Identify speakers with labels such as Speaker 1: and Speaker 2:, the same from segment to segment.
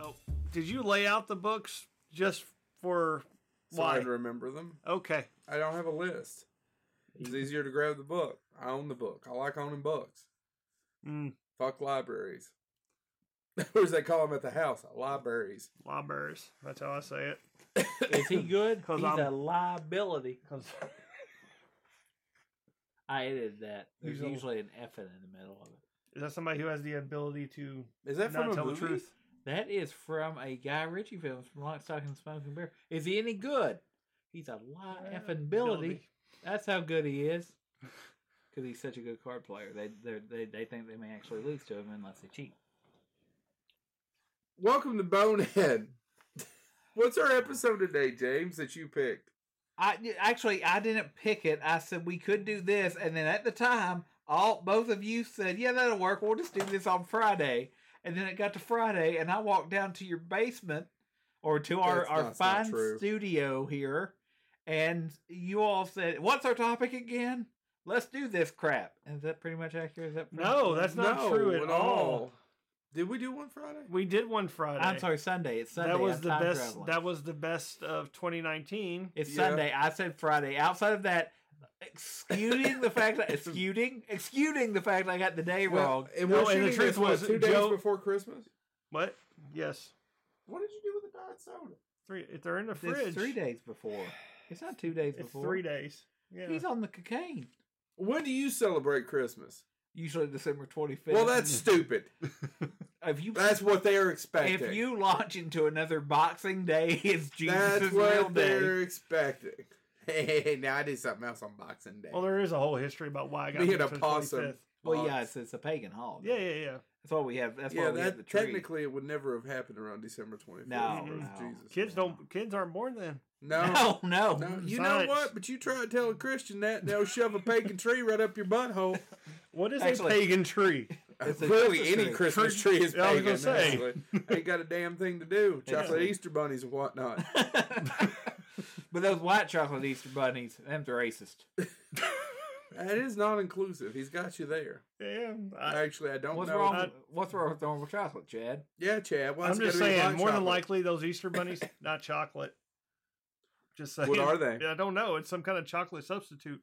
Speaker 1: Oh, did you lay out the books just for
Speaker 2: so I
Speaker 1: why?
Speaker 2: would remember them.
Speaker 1: Okay.
Speaker 2: I don't have a list. It's easier to grab the book. I own the book. I like owning books.
Speaker 1: Mm,
Speaker 2: Fuck libraries. what does they call them at the house? Libraries.
Speaker 1: libraries. That's how I say it.
Speaker 3: Is he good?
Speaker 1: 'Cause
Speaker 3: He's
Speaker 1: I'm-
Speaker 3: a liability. 'Cause- I edited that. There's
Speaker 1: He's a-
Speaker 3: usually an F in the middle of it.
Speaker 1: Is that somebody who has the ability to
Speaker 2: Is that from
Speaker 1: not
Speaker 2: a
Speaker 1: tell
Speaker 2: movie?
Speaker 1: the truth?
Speaker 3: That is from a Guy Ritchie film from Lockstock and Smoking Bear. Is he any good? He's a lot
Speaker 1: Uh,
Speaker 3: effing ability. That's how good he is. Because he's such a good card player. They they're- they they think they may actually lose to him unless they cheat.
Speaker 2: Welcome to Bonehead. What's our episode today, James, that you picked?
Speaker 3: I actually I didn't pick it. I said we could do this, and then at the time, all both of you said, "Yeah, that'll work. We'll just do this on Friday." And then it got to Friday, and I walked down to your basement or to our
Speaker 2: That's
Speaker 3: our
Speaker 2: not- that's not
Speaker 3: fine
Speaker 2: true.
Speaker 3: studio here, and you all said, "What's our topic again? Let's do this crap." Is that pretty much accurate? Is that pretty
Speaker 1: No,
Speaker 3: much-
Speaker 1: that's not true at all.
Speaker 2: Did we do one Friday?
Speaker 1: We did one Friday.
Speaker 3: I'm sorry, Sunday. It's Sunday.
Speaker 1: that was
Speaker 3: I'm
Speaker 1: the
Speaker 3: time
Speaker 1: best.
Speaker 3: traveling.
Speaker 1: That was the best of 2019.
Speaker 3: It's
Speaker 2: Yeah.
Speaker 3: Sunday. I said Friday. Outside of that, excusing the fact that excusing excusing the fact that I got the day wrong.
Speaker 2: and
Speaker 1: No, and
Speaker 2: we're
Speaker 1: the
Speaker 2: shooting
Speaker 1: truth
Speaker 2: this, what,
Speaker 1: was,
Speaker 2: two days
Speaker 1: Joe-
Speaker 2: before Christmas.
Speaker 1: What? Yes.
Speaker 2: What did you do with the diet soda?
Speaker 1: Three. If they're in the fridge,
Speaker 3: It's three days before. It's not two days
Speaker 1: It's
Speaker 3: before.
Speaker 1: three days. Yeah.
Speaker 3: He's on the cocaine.
Speaker 2: When do you celebrate Christmas?
Speaker 3: Usually December twenty fifth.
Speaker 2: Well, that's stupid.
Speaker 3: if you
Speaker 2: That's what they're expecting.
Speaker 3: if you launch into another Boxing Day, it's Jesus'
Speaker 2: That's
Speaker 3: real
Speaker 2: what
Speaker 3: day.
Speaker 2: they're expecting. Hey, hey, hey, now I did something else on Boxing Day.
Speaker 1: well, there is a whole history about why I got
Speaker 2: Me and
Speaker 1: picked
Speaker 2: a
Speaker 1: for the
Speaker 2: possum.
Speaker 1: 25th.
Speaker 3: Well,
Speaker 2: box.
Speaker 3: yeah, it's, it's a pagan holiday.
Speaker 1: Yeah, yeah, yeah.
Speaker 3: That's why we have. That's
Speaker 2: yeah,
Speaker 3: why we have the
Speaker 2: that
Speaker 3: tree.
Speaker 2: technically it would never have happened around December 24th.
Speaker 3: No,
Speaker 2: Lord
Speaker 3: no.
Speaker 2: Jesus.
Speaker 1: Kids don't. Kids aren't born then.
Speaker 2: No.
Speaker 3: no, Oh, no,
Speaker 2: No, you know
Speaker 1: Science.
Speaker 2: what? But you try to tell a Christian that, they'll shove a pagan tree right up your butthole.
Speaker 1: What is
Speaker 3: Actually-
Speaker 1: a pagan tree?
Speaker 3: It's a
Speaker 2: really,
Speaker 3: Christmas
Speaker 2: any
Speaker 3: tree.
Speaker 2: Christmas tree is
Speaker 1: Yeah, I was
Speaker 2: pagan.
Speaker 1: gonna say.
Speaker 2: actually. Ain't got a damn thing to do. Chocolate
Speaker 3: Yeah.
Speaker 2: Easter bunnies and whatnot.
Speaker 3: But those white chocolate Easter bunnies, them's racist.
Speaker 2: That is not inclusive. He's got you there.
Speaker 1: Yeah. I,
Speaker 2: Actually, I don't
Speaker 3: What's
Speaker 2: know.
Speaker 3: wrong?
Speaker 1: I-
Speaker 3: what's wrong with normal chocolate, Chad?
Speaker 2: Yeah, Chad. Well,
Speaker 1: I'm
Speaker 2: it's
Speaker 1: just
Speaker 2: gotta be
Speaker 1: saying.
Speaker 2: white
Speaker 1: More than
Speaker 2: chocolate.
Speaker 1: likely, those Easter bunnies not chocolate. Just saying.
Speaker 2: What are they?
Speaker 1: I don't know. It's some kind of chocolate substitute.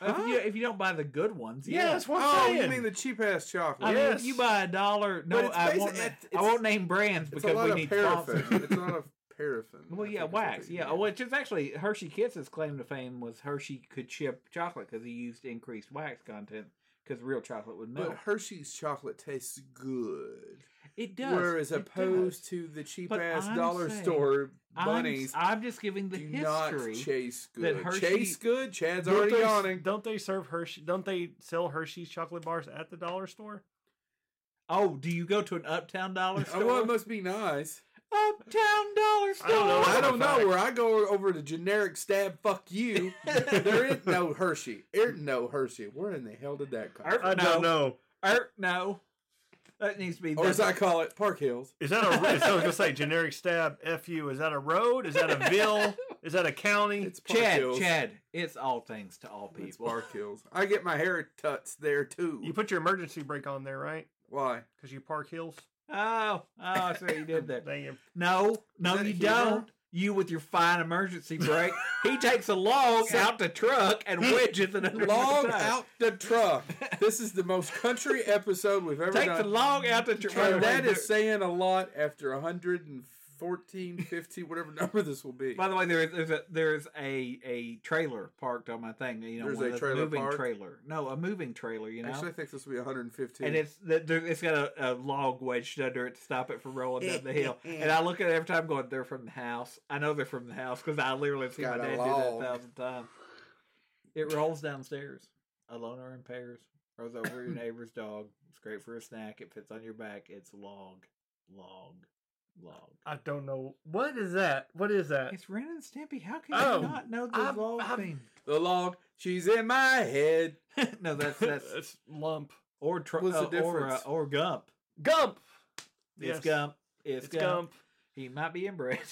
Speaker 2: Huh?
Speaker 3: If, you, if you don't buy the good ones,
Speaker 1: Yeah,
Speaker 3: yeah.
Speaker 1: that's what I'm
Speaker 2: Oh,
Speaker 1: saying.
Speaker 2: you mean the cheap ass
Speaker 3: I
Speaker 2: chocolate?
Speaker 3: mean,
Speaker 1: Yes.
Speaker 3: you buy a dollar. No,
Speaker 2: But it's
Speaker 3: I
Speaker 2: basi-
Speaker 3: won't. na-
Speaker 2: it's-
Speaker 3: I won't name brands
Speaker 2: It's a
Speaker 3: because
Speaker 2: lot
Speaker 3: we
Speaker 2: of
Speaker 3: need
Speaker 2: paraffin.
Speaker 3: sponsors.
Speaker 2: it's a lot of paraffin.
Speaker 3: well,
Speaker 2: I
Speaker 3: yeah,
Speaker 2: think is
Speaker 3: wax.
Speaker 2: what they
Speaker 3: Yeah,
Speaker 2: use.
Speaker 3: which is actually Hershey Kiss's claim to fame was Hershey could chip chocolate because he used increased wax content because real chocolate would
Speaker 2: But
Speaker 3: melt.
Speaker 2: Hershey's chocolate tastes good,
Speaker 3: It does.
Speaker 2: whereas
Speaker 3: it
Speaker 2: opposed
Speaker 3: does.
Speaker 2: to the cheap
Speaker 3: But
Speaker 2: ass
Speaker 3: I'm
Speaker 2: dollar
Speaker 3: saying-
Speaker 2: store
Speaker 3: I'm-
Speaker 2: bunnies,
Speaker 3: I'm, just giving the
Speaker 2: do
Speaker 3: history.
Speaker 2: not chase good.
Speaker 3: Hershey-
Speaker 2: chase good. Chad's
Speaker 1: Don't
Speaker 2: already
Speaker 1: they,
Speaker 2: yawning.
Speaker 1: don't they serve Hershey? Don't they sell Hershey's chocolate bars at the dollar store?
Speaker 3: Oh, do you go to an Uptown Dollar
Speaker 2: Oh, well, it
Speaker 3: Store?
Speaker 2: must be nice.
Speaker 3: Uptown Dollar Store.
Speaker 1: I don't know.
Speaker 2: I don't
Speaker 1: Fact.
Speaker 2: know where I go over to generic stab. Fuck you. there is no Hershey. There is no Hershey. Where in the hell did that come?
Speaker 3: Her-
Speaker 2: from?
Speaker 1: I don't
Speaker 3: No.
Speaker 1: know.
Speaker 3: Er, no. That needs to be.
Speaker 2: Or
Speaker 3: That's,
Speaker 2: as I call it, Park Hills.
Speaker 1: Is that a? I was gonna say generic stab. Fu. Is that a road? Is that a ville? Is that a county?
Speaker 2: It's Park
Speaker 3: Chad,
Speaker 2: Hills.
Speaker 3: Chad, it's all things to all
Speaker 2: It's
Speaker 3: people.
Speaker 2: Park Hills. I get my hair tuts there too.
Speaker 1: you put your emergency brake on there, right?
Speaker 2: Why?
Speaker 1: Because you park hills.
Speaker 3: Oh, oh, I see what you did there.
Speaker 1: Damn.
Speaker 3: No,
Speaker 2: Is
Speaker 3: no,
Speaker 2: that
Speaker 3: you
Speaker 2: humor?
Speaker 3: don't. You with your fine emergency brake. he takes a log out the truck and wedges it under
Speaker 2: Log
Speaker 3: the truck.
Speaker 2: out the truck. This is the most country episode we've ever
Speaker 3: Takes a
Speaker 2: done.
Speaker 3: log out the truck.
Speaker 2: and that is saying a lot after 114, 15, whatever number this will be.
Speaker 3: By the way, there is there's a there's a a trailer parked on my thing. You know,
Speaker 2: There's
Speaker 3: one
Speaker 2: a
Speaker 3: of those
Speaker 2: trailer
Speaker 3: moving
Speaker 2: parked?
Speaker 3: trailer. No, a moving trailer. You know,
Speaker 2: Actually, I think this will be 115.
Speaker 3: And it's th- there- it's got a, a log wedged under it to stop it from rolling down the hill. And I look at it every time, going, "They're from the house." I know they're from the house because I literally have seen my
Speaker 2: Got a
Speaker 3: dad do that a
Speaker 2: log.
Speaker 3: thousand times. It rolls downstairs, alone or in pairs. Rolls over your neighbor's dog. It's great for a snack. It fits on your back. It's log, log, log.
Speaker 1: I don't know. What is that? What is that?
Speaker 3: It's Ren and Stimpy. How can
Speaker 1: Uh, Oh,
Speaker 3: you not know the
Speaker 1: I've-
Speaker 3: log
Speaker 1: I've-
Speaker 3: thing?
Speaker 2: the log. She's in my head.
Speaker 3: no, that's that's
Speaker 1: It's lump.
Speaker 3: or tr-
Speaker 2: What's the
Speaker 3: uh, or uh,
Speaker 2: difference?
Speaker 3: or Gump.
Speaker 1: Gump.
Speaker 3: It's
Speaker 1: Yes.
Speaker 3: Gump. It's,
Speaker 1: It's
Speaker 3: Gump.
Speaker 1: gump.
Speaker 3: He might be inbred.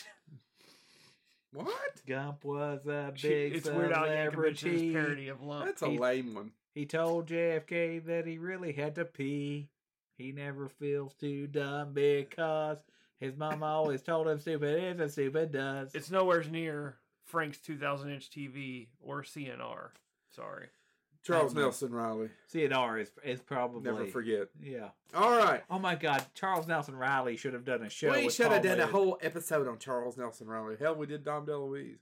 Speaker 2: What?
Speaker 3: Gump was a
Speaker 1: She-
Speaker 3: big
Speaker 1: it's Weird Al Yankovic's
Speaker 3: celebrity.
Speaker 1: parody of lump.
Speaker 2: That's a
Speaker 3: Uh, He-
Speaker 2: lame one.
Speaker 3: he told JFK that he really had to pee. He never feels too dumb because his mama always told him stupid is and stupid does.
Speaker 1: It's nowhere near Frank's 2000 inch TV or CNR. Sorry.
Speaker 2: Charles
Speaker 3: That's nice.
Speaker 2: Nelson Riley.
Speaker 3: CNR is is probably
Speaker 2: Never forget.
Speaker 3: Yeah.
Speaker 2: All right.
Speaker 3: Oh my God, Charles Nelson Riley should have done a show.
Speaker 2: we
Speaker 3: with
Speaker 2: should have
Speaker 3: Paul
Speaker 2: done a
Speaker 3: Rudd.
Speaker 2: whole episode on Charles Nelson Riley. Hell, we did Dom DeLuise.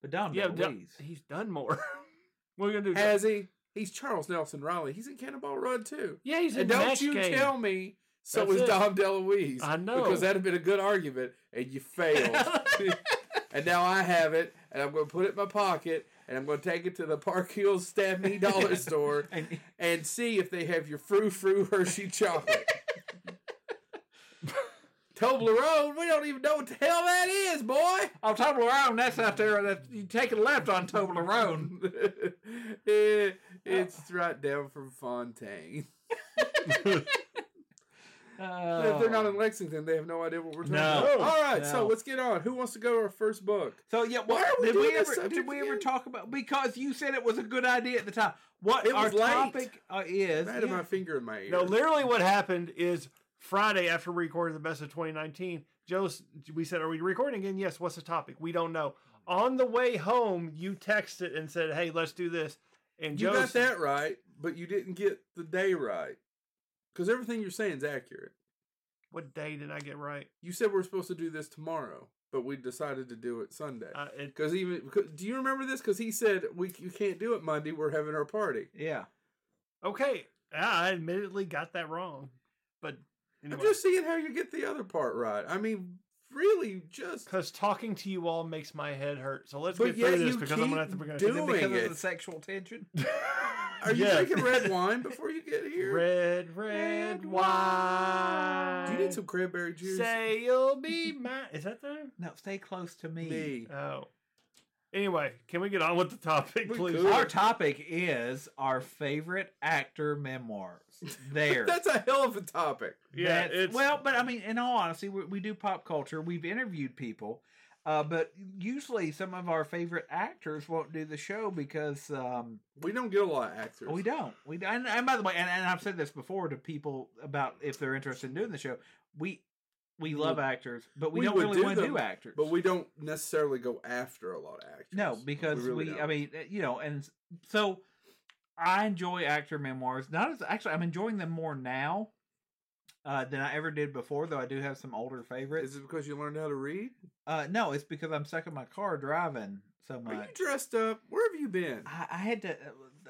Speaker 3: But Don
Speaker 1: Yeah,
Speaker 3: yeah,
Speaker 1: Don- He's done more. what are we gonna do?
Speaker 2: Has he? He's Charles Nelson Riley. He's in Cannonball Run too.
Speaker 1: yeah, he's in
Speaker 2: and don't
Speaker 1: Match
Speaker 2: you
Speaker 1: Game.
Speaker 2: tell me so
Speaker 1: That's
Speaker 2: was
Speaker 1: it.
Speaker 2: Dom DeLuise.
Speaker 1: I know.
Speaker 2: Because that'd have been a good argument, and you failed. and now I have it, and I'm going to put it in my pocket, and I'm going to take it to the Park Hills Stab Me Dollar Store
Speaker 3: And
Speaker 2: and see if they have your frou frou Hershey chocolate. Toblerone, we don't even know what the hell that is, boy.
Speaker 3: on Toblerone, that's out there. That you take a left on Toblerone.
Speaker 2: Eh, it's right down from Fontaine.
Speaker 3: Oh.
Speaker 2: If they're not in Lexington, they have no idea what we're talking
Speaker 3: No.
Speaker 2: about. All right, so
Speaker 3: No.
Speaker 2: let's get on. Who wants to go to our first book?
Speaker 3: so yeah,
Speaker 2: Why are
Speaker 3: what,
Speaker 2: we
Speaker 3: did
Speaker 2: doing
Speaker 3: we
Speaker 2: this
Speaker 3: ever did
Speaker 2: subject
Speaker 3: we ever
Speaker 2: again?
Speaker 3: talk about because you said it was a good idea at the time. What
Speaker 2: It
Speaker 3: our
Speaker 2: was late.
Speaker 3: topic uh, is?
Speaker 2: I had my finger in my ear.
Speaker 1: No, literally, what happened is Friday after we recorded the best of 2019, Joe, s- we said, "Are we recording again?" Yes. What's the topic? We don't know. On the way home, you texted and said, "Hey, let's do this." And
Speaker 2: you
Speaker 1: Joe,
Speaker 2: got that right, but you didn't get the day right. Because everything you're saying is accurate.
Speaker 1: what day did I get right?
Speaker 2: You said we're supposed to do this tomorrow, but we decided to do it Sunday.
Speaker 1: Uh, it,
Speaker 2: Because even 'cause- do you remember this? Because he said we you can't do it Monday. We're having our party.
Speaker 3: yeah,
Speaker 1: okay, I admittedly got that wrong, but
Speaker 2: I'm
Speaker 1: anyway,
Speaker 2: just seeing how you get the other part right. I mean, really, just
Speaker 1: because talking to you all makes my head hurt. So let's
Speaker 2: But
Speaker 1: get through
Speaker 2: yet
Speaker 1: this
Speaker 2: you
Speaker 1: because I'm gonna have to.
Speaker 2: keep
Speaker 1: We're gonna
Speaker 3: is it because
Speaker 2: Doing
Speaker 3: of
Speaker 2: it.
Speaker 3: the sexual tension?
Speaker 2: are you
Speaker 1: Yes.
Speaker 2: drinking red wine before you get here?
Speaker 1: Red, red
Speaker 3: Red
Speaker 1: wine.
Speaker 3: wine.
Speaker 2: Do you need some cranberry juice?
Speaker 1: Say you'll be mine. Is that there?
Speaker 3: No, stay close to me.
Speaker 2: Me.
Speaker 1: Oh. Anyway, can we get on with the topic,
Speaker 2: We
Speaker 1: please?
Speaker 2: could.
Speaker 3: Our topic is our favorite actor memoirs. There.
Speaker 2: That's a hell of a topic.
Speaker 1: Yeah,
Speaker 3: That's-
Speaker 1: it's
Speaker 3: well, but I mean, in all honesty, we, we do pop culture. We've interviewed people, uh, but usually some of our favorite actors won't do the show because um,
Speaker 2: We don't get a lot of actors.
Speaker 3: we don't. We and, and by the way, and, and I've said this before to people about if they're interested in doing the show. We we love actors, but we,
Speaker 2: we
Speaker 3: don't
Speaker 2: would
Speaker 3: really
Speaker 2: do
Speaker 3: want to
Speaker 2: them,
Speaker 3: do actors.
Speaker 2: But we don't necessarily go after a lot of actors.
Speaker 3: No, because we,
Speaker 2: really
Speaker 3: I
Speaker 2: don't.
Speaker 3: mean, eh, you know, and so I enjoy actor memoirs. Not as actually, I'm enjoying them more now uh, than I ever did before. Though I do have some older favorites.
Speaker 2: Is it because you learned how to read?
Speaker 3: Uh, no, it's because I'm stuck in my car driving so
Speaker 2: Are you
Speaker 3: much.
Speaker 2: dressed up? Where have you been?
Speaker 3: I, I had to.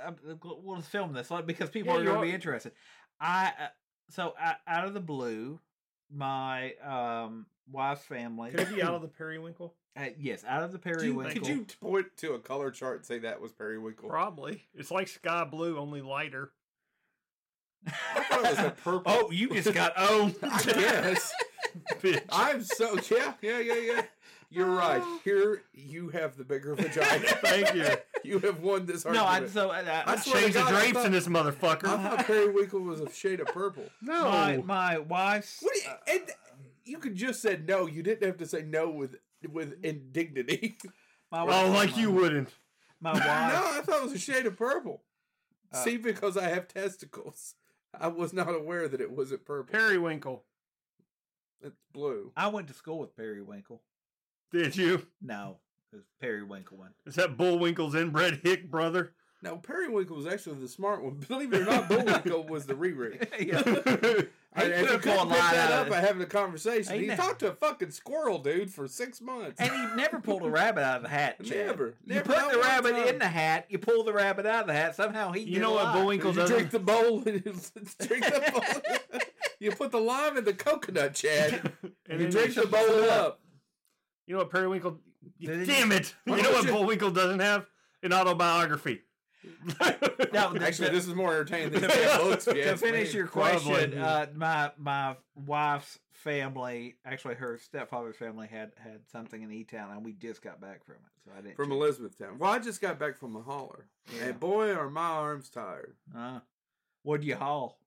Speaker 3: Uh, uh, we'll just film this like, because people
Speaker 1: Yeah,
Speaker 3: are
Speaker 1: you
Speaker 3: going
Speaker 1: are-
Speaker 3: to be interested. I uh, so I, out of the blue, my um wife's family.
Speaker 1: could it be out of the periwinkle?
Speaker 3: uh, yes, out of the
Speaker 2: Do you-
Speaker 3: periwinkle.
Speaker 2: could you point to a color chart and say that was periwinkle?
Speaker 1: Probably. It's like sky blue, only lighter.
Speaker 2: I thought it was a purple.
Speaker 3: oh, you just got oh, owned.
Speaker 2: I guess.
Speaker 1: Bitch.
Speaker 2: I'm so yeah, yeah, yeah, yeah. You're right. Here you have the bigger vagina.
Speaker 1: Thank you.
Speaker 2: you have won this
Speaker 3: No, I
Speaker 2: argument.
Speaker 3: so uh, I, I,
Speaker 2: I swear to
Speaker 1: Change the
Speaker 2: God, I
Speaker 1: drapes
Speaker 2: thought-
Speaker 1: in this motherfucker.
Speaker 2: I thought periwinkle was a shade of purple.
Speaker 1: no.
Speaker 3: my my wife's.
Speaker 2: What do you,
Speaker 3: uh,
Speaker 2: and you could just said no. You didn't have to say no with with indignity.
Speaker 3: my
Speaker 1: oh,
Speaker 3: wife's-
Speaker 1: like you wouldn't.
Speaker 3: My
Speaker 2: no,
Speaker 3: wife.
Speaker 2: I thought it was a shade of purple.
Speaker 3: Uh,
Speaker 2: See, because I have testicles, I was not aware that it wasn't purple.
Speaker 1: Periwinkle.
Speaker 2: it's blue.
Speaker 3: I went to school with Periwinkle.
Speaker 1: Did you?
Speaker 3: No, it was Periwinkle one.
Speaker 1: Is that Bullwinkle's inbred hick brother?
Speaker 2: No, periwinkle was actually the smart one. Believe it or not, periwinkle was the reread.
Speaker 3: yeah.
Speaker 2: I,
Speaker 3: He
Speaker 2: if you
Speaker 3: could've
Speaker 2: couldn't
Speaker 3: pulled a
Speaker 2: pick
Speaker 3: line
Speaker 2: that
Speaker 3: out
Speaker 2: up
Speaker 3: of
Speaker 2: by
Speaker 3: it.
Speaker 2: having a conversation,
Speaker 3: Ain't
Speaker 2: he
Speaker 3: that-
Speaker 2: talked to a fucking squirrel dude for six months.
Speaker 3: And he never pulled a rabbit out of the hat. Chad.
Speaker 2: Never.
Speaker 3: You
Speaker 2: Never, not
Speaker 3: put the
Speaker 2: one
Speaker 3: rabbit
Speaker 2: time.
Speaker 3: in the hat. You pull the rabbit out of the hat. Somehow he.
Speaker 1: You
Speaker 3: did
Speaker 1: know
Speaker 3: a
Speaker 1: what
Speaker 3: lot.
Speaker 1: Bullwinkle
Speaker 2: you
Speaker 1: does?
Speaker 2: drink the bowl and drink the bowl. you put the lime in the coconut, Chad.
Speaker 1: And
Speaker 2: you
Speaker 1: then
Speaker 2: drink
Speaker 1: you-
Speaker 2: the bowl up.
Speaker 1: You know what Periwinkle?
Speaker 3: Did he-
Speaker 1: Damn it!
Speaker 2: Why
Speaker 1: You know
Speaker 2: don't
Speaker 1: what
Speaker 2: you-
Speaker 1: Bullwinkle doesn't have an autobiography.
Speaker 3: No, the-
Speaker 2: Actually,
Speaker 3: the-
Speaker 2: this is more entertaining than Chad looks. if you
Speaker 3: to
Speaker 2: ask me.
Speaker 3: finish your
Speaker 1: Probably.
Speaker 3: question, uh, my my wife's family, actually her stepfather's family, had had something in E Town, and we just got back from it, so I didn't.
Speaker 2: from
Speaker 3: check.
Speaker 2: Elizabethtown. Well, I just got back from a holler,
Speaker 3: Yeah.
Speaker 2: and boy, are my arms tired.
Speaker 3: Uh, what'd you haul?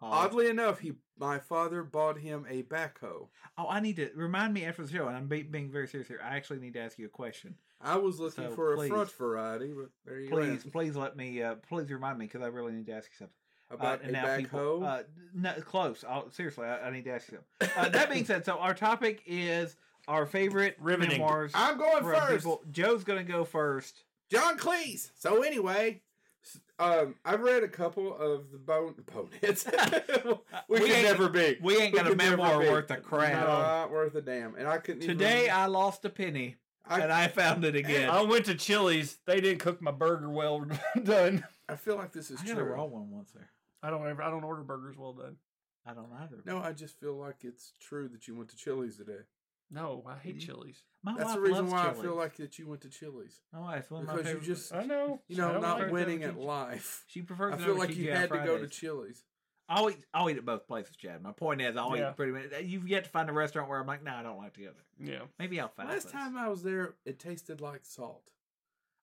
Speaker 3: Haul.
Speaker 2: Oddly enough, he my father bought him a backhoe.
Speaker 3: Oh, I need to remind me after the show, and I'm be- being very serious here. I actually need to ask you a question.
Speaker 2: I was looking
Speaker 3: So,
Speaker 2: for
Speaker 3: please.
Speaker 2: a front variety, but there you
Speaker 3: Please,
Speaker 2: go.
Speaker 3: please let me. Uh, please remind me because I really need to ask you something.
Speaker 2: about
Speaker 3: uh,
Speaker 2: a
Speaker 3: now
Speaker 2: backhoe.
Speaker 3: people- uh, no, close. I'll, seriously, I, I need to ask you. something. Uh, that being said, so our topic is our favorite
Speaker 1: Riveting.
Speaker 3: memoirs.
Speaker 2: I'm going
Speaker 3: from
Speaker 2: first.
Speaker 3: people. Joe's gonna go first.
Speaker 2: John Cleese. So anyway, s- um, I've read a couple of the bone boneheads. we,
Speaker 3: We
Speaker 2: can
Speaker 3: ain't-
Speaker 2: never be.
Speaker 3: We ain't got a
Speaker 2: could never
Speaker 3: memoir
Speaker 2: be.
Speaker 3: worth a crap.
Speaker 2: Not worth a damn. And I couldn't.
Speaker 3: Today
Speaker 2: even,
Speaker 3: I lost a penny
Speaker 2: I,
Speaker 3: and
Speaker 2: I
Speaker 3: I found it again.
Speaker 1: I went to Chili's. They didn't cook my burger well done.
Speaker 2: feel like this is
Speaker 3: I got a
Speaker 2: true.
Speaker 3: raw one once there.
Speaker 1: I don't ever. I don't order burgers well done.
Speaker 3: I don't either.
Speaker 2: No, I just feel like it's true that you went to Chili's today.
Speaker 1: No, I hate
Speaker 2: You-
Speaker 1: Chili's.
Speaker 3: My
Speaker 2: That's
Speaker 3: wife
Speaker 2: the reason
Speaker 3: loves
Speaker 2: why I
Speaker 3: Chili's.
Speaker 2: feel like that you went to Chili's.
Speaker 3: my wife. One of my
Speaker 2: because you
Speaker 3: favorite-
Speaker 2: just-
Speaker 1: I know.
Speaker 2: You
Speaker 3: I
Speaker 2: know,
Speaker 3: don't
Speaker 2: not
Speaker 3: like
Speaker 2: winning
Speaker 3: that
Speaker 2: at
Speaker 3: with you.
Speaker 2: life.
Speaker 3: She prefers.
Speaker 2: I
Speaker 3: it
Speaker 2: feel
Speaker 3: over
Speaker 2: like you
Speaker 3: TGI
Speaker 2: had to go to
Speaker 3: Fridays.
Speaker 2: Chili's.
Speaker 3: I'll eat. I'll eat at both places, Chad. My point is, I'll
Speaker 1: Yeah.
Speaker 3: eat pretty much. You've yet to find a restaurant where I'm like, no, I don't like the other.
Speaker 1: Yeah.
Speaker 3: Maybe I'll find. a
Speaker 2: Last
Speaker 3: place.
Speaker 2: time I was there, it tasted like salt.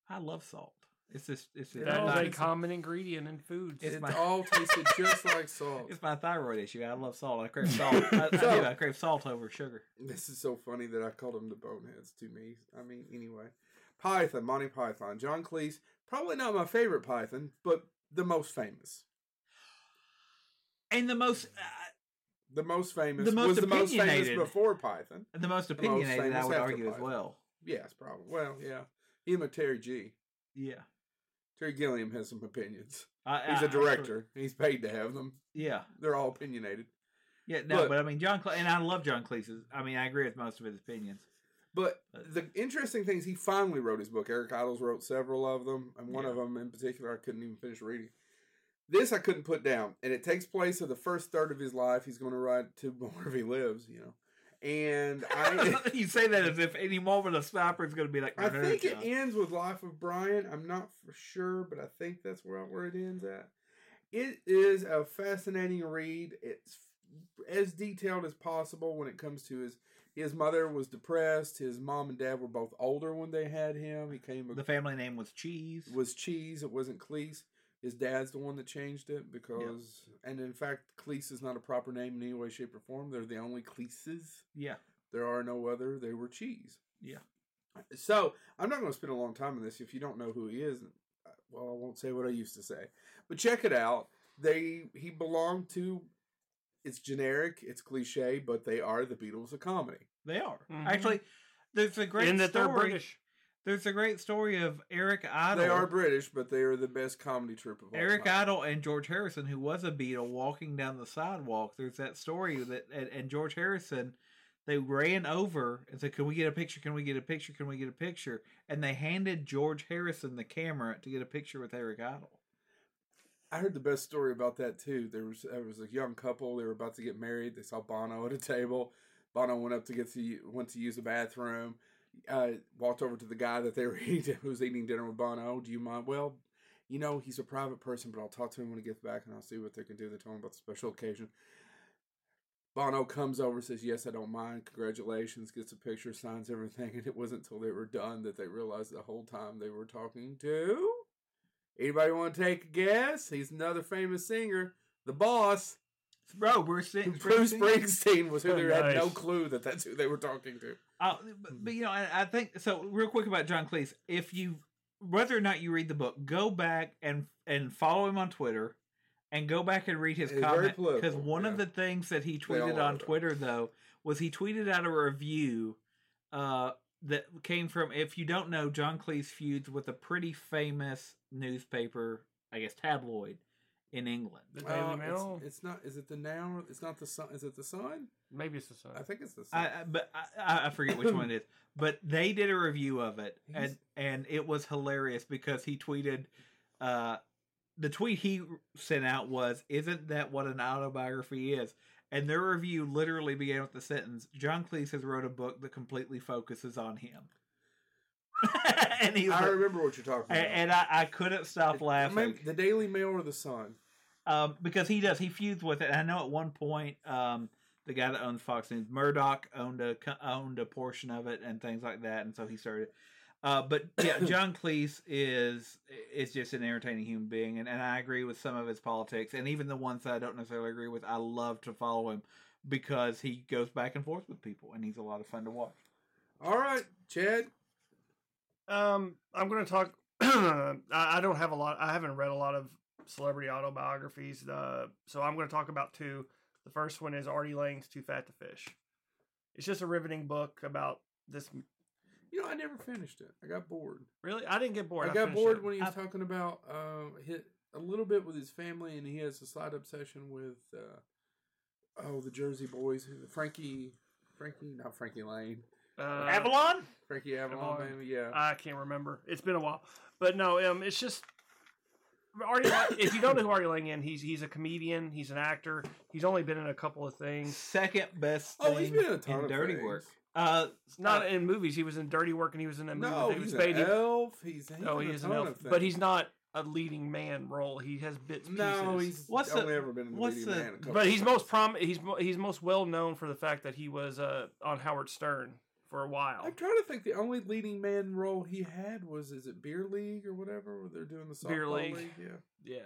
Speaker 3: I love salt. It's just. It's just
Speaker 1: That
Speaker 2: No,
Speaker 1: is a
Speaker 2: it's-
Speaker 1: common ingredient in foods.
Speaker 3: It's
Speaker 2: it
Speaker 3: my-
Speaker 2: all tasted just like salt.
Speaker 3: It's my thyroid issue. I love salt. I crave salt. I, I,
Speaker 2: So-
Speaker 3: do. I crave salt over sugar.
Speaker 2: This is so funny that I called them the boneheads to me. I mean, anyway. Python, Monty Python, John Cleese. Probably not my favorite Python, but the most famous.
Speaker 3: And the most, uh,
Speaker 2: The most famous
Speaker 3: The most
Speaker 2: was the most famous
Speaker 3: opinionated.
Speaker 2: before Python.
Speaker 3: the most opinionated, I
Speaker 2: famous
Speaker 3: would
Speaker 2: after
Speaker 3: argue as
Speaker 2: Python.
Speaker 3: well.
Speaker 2: Yes, probably. Well, yeah. Him and Terry G.
Speaker 3: Yeah,
Speaker 2: Terry Gilliam has some opinions.
Speaker 3: I,
Speaker 2: He's
Speaker 3: Ah, I-
Speaker 2: a director. He's paid to have them.
Speaker 3: yeah,
Speaker 2: They're all opinionated.
Speaker 3: yeah. No,
Speaker 2: Look.
Speaker 3: but I mean, John Cle- and I love John Cleese's. I mean, I agree with most of his opinions.
Speaker 2: But the interesting thing is, he finally wrote his book. Eric Idles wrote several of them, and one of them in particular I couldn't even finish reading. This I couldn't put down, and it takes place of the first third of his life. He's going to write two more if he lives, you know. And I,
Speaker 3: you say that as if any moment a sniper is going to be like, no,
Speaker 2: I
Speaker 3: no, no,
Speaker 2: think it
Speaker 3: John.
Speaker 2: ends with Life of Brian. I'm not for sure, but I think that's where where it ends at. It is a fascinating read. It's as detailed as possible when it comes to his his mother was depressed. His mom and dad were both older when they had him. He came
Speaker 3: the family name was Cheese.
Speaker 2: was Cheese. It wasn't Cleese. His dad's the one that changed it because, and in fact, Cleese is not a proper name in any way, shape, or form. They're the only Cleeses.
Speaker 3: yeah,
Speaker 2: There are no other. They were cheese.
Speaker 3: Yeah.
Speaker 2: So I'm not going to spend a long time on this. If you don't know who he is, uh, well, I won't say what I used to say. But check it out. They he belonged to. It's generic. It's cliche, but they are the Beatles of comedy.
Speaker 3: they are
Speaker 1: Mhm.
Speaker 3: actually. There's a great
Speaker 1: in that
Speaker 3: story.
Speaker 1: they're British.
Speaker 3: There's a great story of Eric Idle.
Speaker 2: They are British, but they are the best comedy troupe of all
Speaker 3: Eric
Speaker 2: time.
Speaker 3: Idle and George Harrison, who was a Beatle, walking down the sidewalk. There's that story that and, and George Harrison, they ran over and said, "Can we get a picture? Can we get a picture? Can we get a picture?" And they handed George Harrison the camera to get a picture with Eric Idle.
Speaker 2: I heard the best story about that too. There was there was a young couple. They were about to get married. They saw Bono at a table. Bono went up to get to went to use the bathroom. Uh, walked over to the guy that they were eating, who was eating dinner with Bono. Do you mind? Well, you know he's a private person, but I'll talk to him when he gets back, and I'll see what they can do. They're talking about the special occasion. Bono comes over, says, Yes, I don't mind. Congratulations. Gets a picture, signs everything. And it wasn't until they were done that they realized the whole time they were talking to. Anybody want to take a guess? He's another famous singer. The boss,
Speaker 3: Bro, Bruce,
Speaker 2: Bruce Springsteen, was who they had no
Speaker 1: Nice.
Speaker 2: clue that that's who they were talking to.
Speaker 3: Uh, but,
Speaker 2: Mm-hmm.
Speaker 3: but you know, I, I think so. Real quick about John Cleese, if you whether or not you read the book, go back and and follow him on Twitter, and go back and read his
Speaker 2: He's very
Speaker 3: comment because
Speaker 2: political,
Speaker 3: one
Speaker 2: yeah.
Speaker 3: of the things that he
Speaker 2: They all
Speaker 3: tweeted
Speaker 2: are,
Speaker 3: on
Speaker 2: though.
Speaker 3: Twitter though was he tweeted out a review uh, that came from if you don't know John Cleese feuds with a pretty famous newspaper, I guess tabloid in England.
Speaker 1: The Daily
Speaker 2: Uh,
Speaker 1: Mail.
Speaker 2: it's, it's not. Is it the now? It's not the sun. Is it the sun?
Speaker 1: Maybe it's the sun.
Speaker 2: I think it's the sun.
Speaker 3: I, I- but I, I- I forget which one it is. But they did a review of it, and
Speaker 2: He's-
Speaker 3: and it was hilarious because he tweeted, uh, the tweet he sent out was, "Isn't that what an autobiography is?" And their review literally began with the sentence, "John Cleese has wrote a book that completely focuses on him." and he
Speaker 2: I,
Speaker 3: was, like-
Speaker 2: remember what you're talking
Speaker 3: and,
Speaker 2: about.
Speaker 3: and I, I couldn't stop laughing
Speaker 2: Maybe the Daily Mail or the Sun?
Speaker 3: um, because he does. He feuds with it. I know at one point, um, the guy that owns Fox News, Murdoch, owned a co- owned a portion of it and things like that, and so he started. Uh, but yeah, John Cleese is is just an entertaining human being, and, and I agree with some of his politics, and even the ones that I don't necessarily agree with. I love to follow him because he goes back and forth with people, and he's a lot of fun to watch.
Speaker 2: All right, Chad.
Speaker 1: Um, I'm going to talk. I I don't have a lot. I haven't read a lot of celebrity autobiographies. Uh, so I'm going to talk about two. The first one is Artie Lang's Too Fat to Fish. It's just a riveting book about this.
Speaker 2: You know, I never finished it. I got bored.
Speaker 1: Really, I didn't get bored.
Speaker 2: I got
Speaker 1: finished
Speaker 2: bored
Speaker 1: it.
Speaker 2: when he was
Speaker 3: I-
Speaker 2: talking about um, hit a little bit with his family, and he has a slight obsession with uh, oh the Jersey Boys, Frankie, Frankie, not Frankie Lane,
Speaker 1: Uh,
Speaker 3: Avalon?
Speaker 2: Frankie Avalon,
Speaker 1: Avalon.
Speaker 2: maybe, yeah.
Speaker 1: I can't remember. It's been a while, but no, um, it's just Artie. Lang- if you don't know who Artie Lang is, he's he's a comedian. He's an actor. He's only been in a couple of things.
Speaker 3: Second best thing
Speaker 2: Oh, he's been in a ton
Speaker 3: in
Speaker 2: of
Speaker 3: Dirty
Speaker 2: things.
Speaker 3: Work. Uh,
Speaker 1: Not
Speaker 3: uh,
Speaker 1: in movies. He was in Dirty Work, and he was in that movie
Speaker 2: no,
Speaker 1: with David
Speaker 2: he's
Speaker 1: Spade.
Speaker 2: an elf. He's, he's
Speaker 1: oh,
Speaker 2: in
Speaker 1: he
Speaker 2: a
Speaker 1: is an
Speaker 2: ton
Speaker 1: elf,
Speaker 2: of
Speaker 1: but
Speaker 2: things.
Speaker 1: he's not a leading man role. He has bits. Pieces.
Speaker 2: no, he's
Speaker 3: What's
Speaker 2: only
Speaker 3: the-
Speaker 2: ever been in the
Speaker 3: what's
Speaker 2: leading
Speaker 3: the-
Speaker 2: man. A couple
Speaker 1: But he's
Speaker 2: times.
Speaker 1: most prom. He's mo- he's most well known for the fact that he was uh, on Howard Stern for a while.
Speaker 2: I'm trying to think. The only leading man role he had was is it beer league or whatever? Where they're doing the softball
Speaker 1: Beer League.
Speaker 2: Yeah.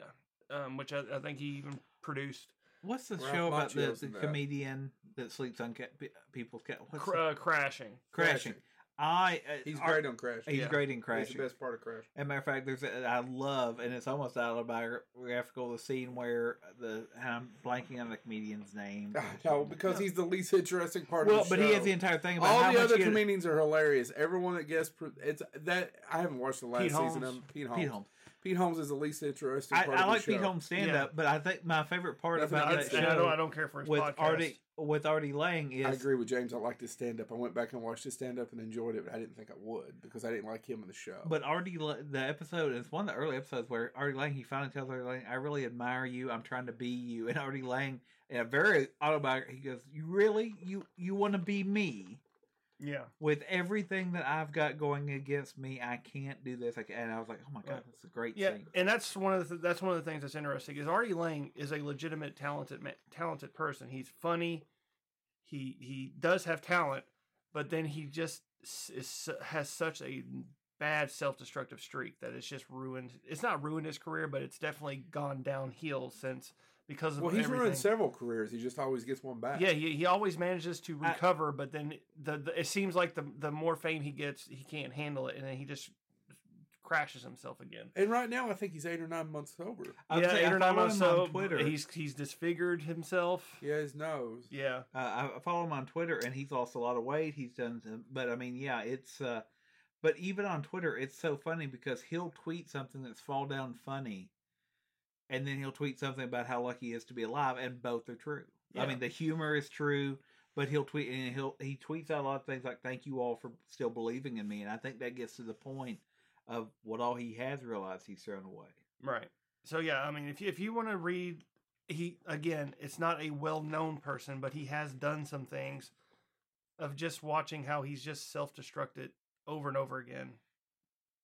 Speaker 1: Yeah, um, which I, I think he even produced
Speaker 3: what's the
Speaker 2: Ralph
Speaker 3: show about the,
Speaker 2: Macchio's
Speaker 3: the
Speaker 2: in that.
Speaker 3: comedian that sleeps on cat, pe- people's cat? What's
Speaker 1: Cr-
Speaker 3: the-
Speaker 1: uh, crashing.
Speaker 3: crashing. I uh,
Speaker 2: He's
Speaker 3: Ar-
Speaker 2: great on Crash.
Speaker 3: He's
Speaker 1: yeah.
Speaker 3: great in
Speaker 2: He's
Speaker 3: crashing.
Speaker 2: the best part of Crash.
Speaker 3: As a matter of fact, there's a, I love, and it's almost autobiographical, the scene where the and I'm blanking on the comedian's name.
Speaker 2: No, because he's the least interesting Ah, part
Speaker 3: well,
Speaker 2: of the
Speaker 3: but
Speaker 2: show.
Speaker 3: he has the entire thing about how
Speaker 2: All the
Speaker 3: much
Speaker 2: other
Speaker 3: he had-
Speaker 2: comedians are hilarious. Everyone that gets pr- it's that I haven't watched the last
Speaker 1: Pete
Speaker 2: season.
Speaker 1: Holmes.
Speaker 2: of Pete Holmes.
Speaker 3: Pete Holmes.
Speaker 2: Pete Holmes is the least interesting
Speaker 3: I,
Speaker 2: part
Speaker 3: I
Speaker 2: of
Speaker 3: like
Speaker 2: the show.
Speaker 3: Pete Holmes stand up, but I think my favorite part
Speaker 2: Nothing
Speaker 1: No,
Speaker 3: about
Speaker 2: against
Speaker 3: that
Speaker 1: that's- and I don't. I
Speaker 3: show
Speaker 1: don't care for his
Speaker 3: with
Speaker 1: podcast.
Speaker 3: Artie with Artie Lang is
Speaker 2: I agree with James. I like his stand up. I went back and watched his stand up and enjoyed it, but I didn't think I would because I didn't like him in the show.
Speaker 3: But Artie, La- the episode is one of the early episodes where Artie Lang he finally tells Artie Lang, "I really admire you. I'm trying to be you." And Artie Lang, in a very autobiographical, he goes, "You really you you want to be me
Speaker 1: Yeah,
Speaker 3: with everything that I've got going against me? I can't do this." Like, and I was like, "Oh my god,
Speaker 1: Right.
Speaker 3: that's a great
Speaker 1: yeah,
Speaker 3: thing."
Speaker 1: and that's one of the that's one of the things that's interesting is Artie Lang is a legitimate talented ma- talented person. He's funny. He he does have talent, but then he just s- is, su- has such a bad self destructive streak that it's just ruined. It's not ruined his career, but it's definitely gone downhill since because of
Speaker 2: well, he's
Speaker 1: everything.
Speaker 2: ruined uh, several careers. He just always gets one back.
Speaker 1: Yeah, he, he always manages to
Speaker 3: I-
Speaker 1: recover, but then the, the it seems like the the more fame he gets, he can't handle it, and then he just crashes himself again.
Speaker 2: And right now, I think he's eight or nine months sober.
Speaker 3: I would
Speaker 1: yeah,
Speaker 3: say
Speaker 1: eight
Speaker 3: I
Speaker 1: or nine
Speaker 3: follow
Speaker 1: months
Speaker 3: him on
Speaker 1: so
Speaker 3: Twitter.
Speaker 1: He's he's disfigured himself. Yeah.
Speaker 2: Yeah, his nose.
Speaker 3: Uh, I I follow him on Twitter, and he's lost a lot of weight. He's done, some, but I mean, yeah, it's. uh But even on Twitter, it's so funny because he'll tweet something that's fall down funny, and then he'll tweet something about how lucky he is to be alive, and both are true. I
Speaker 1: Yeah.
Speaker 3: mean, the humor is true, but he'll tweet and he'll he tweets out a lot of things like "Thank you all for still believing in me," and I think that gets to the point of what all he has realized he's thrown away.
Speaker 1: right. So yeah, I mean, if you, if you want to read, he again, it's not a well known person, but he has done some things of just watching how he's just self destructed over and over again.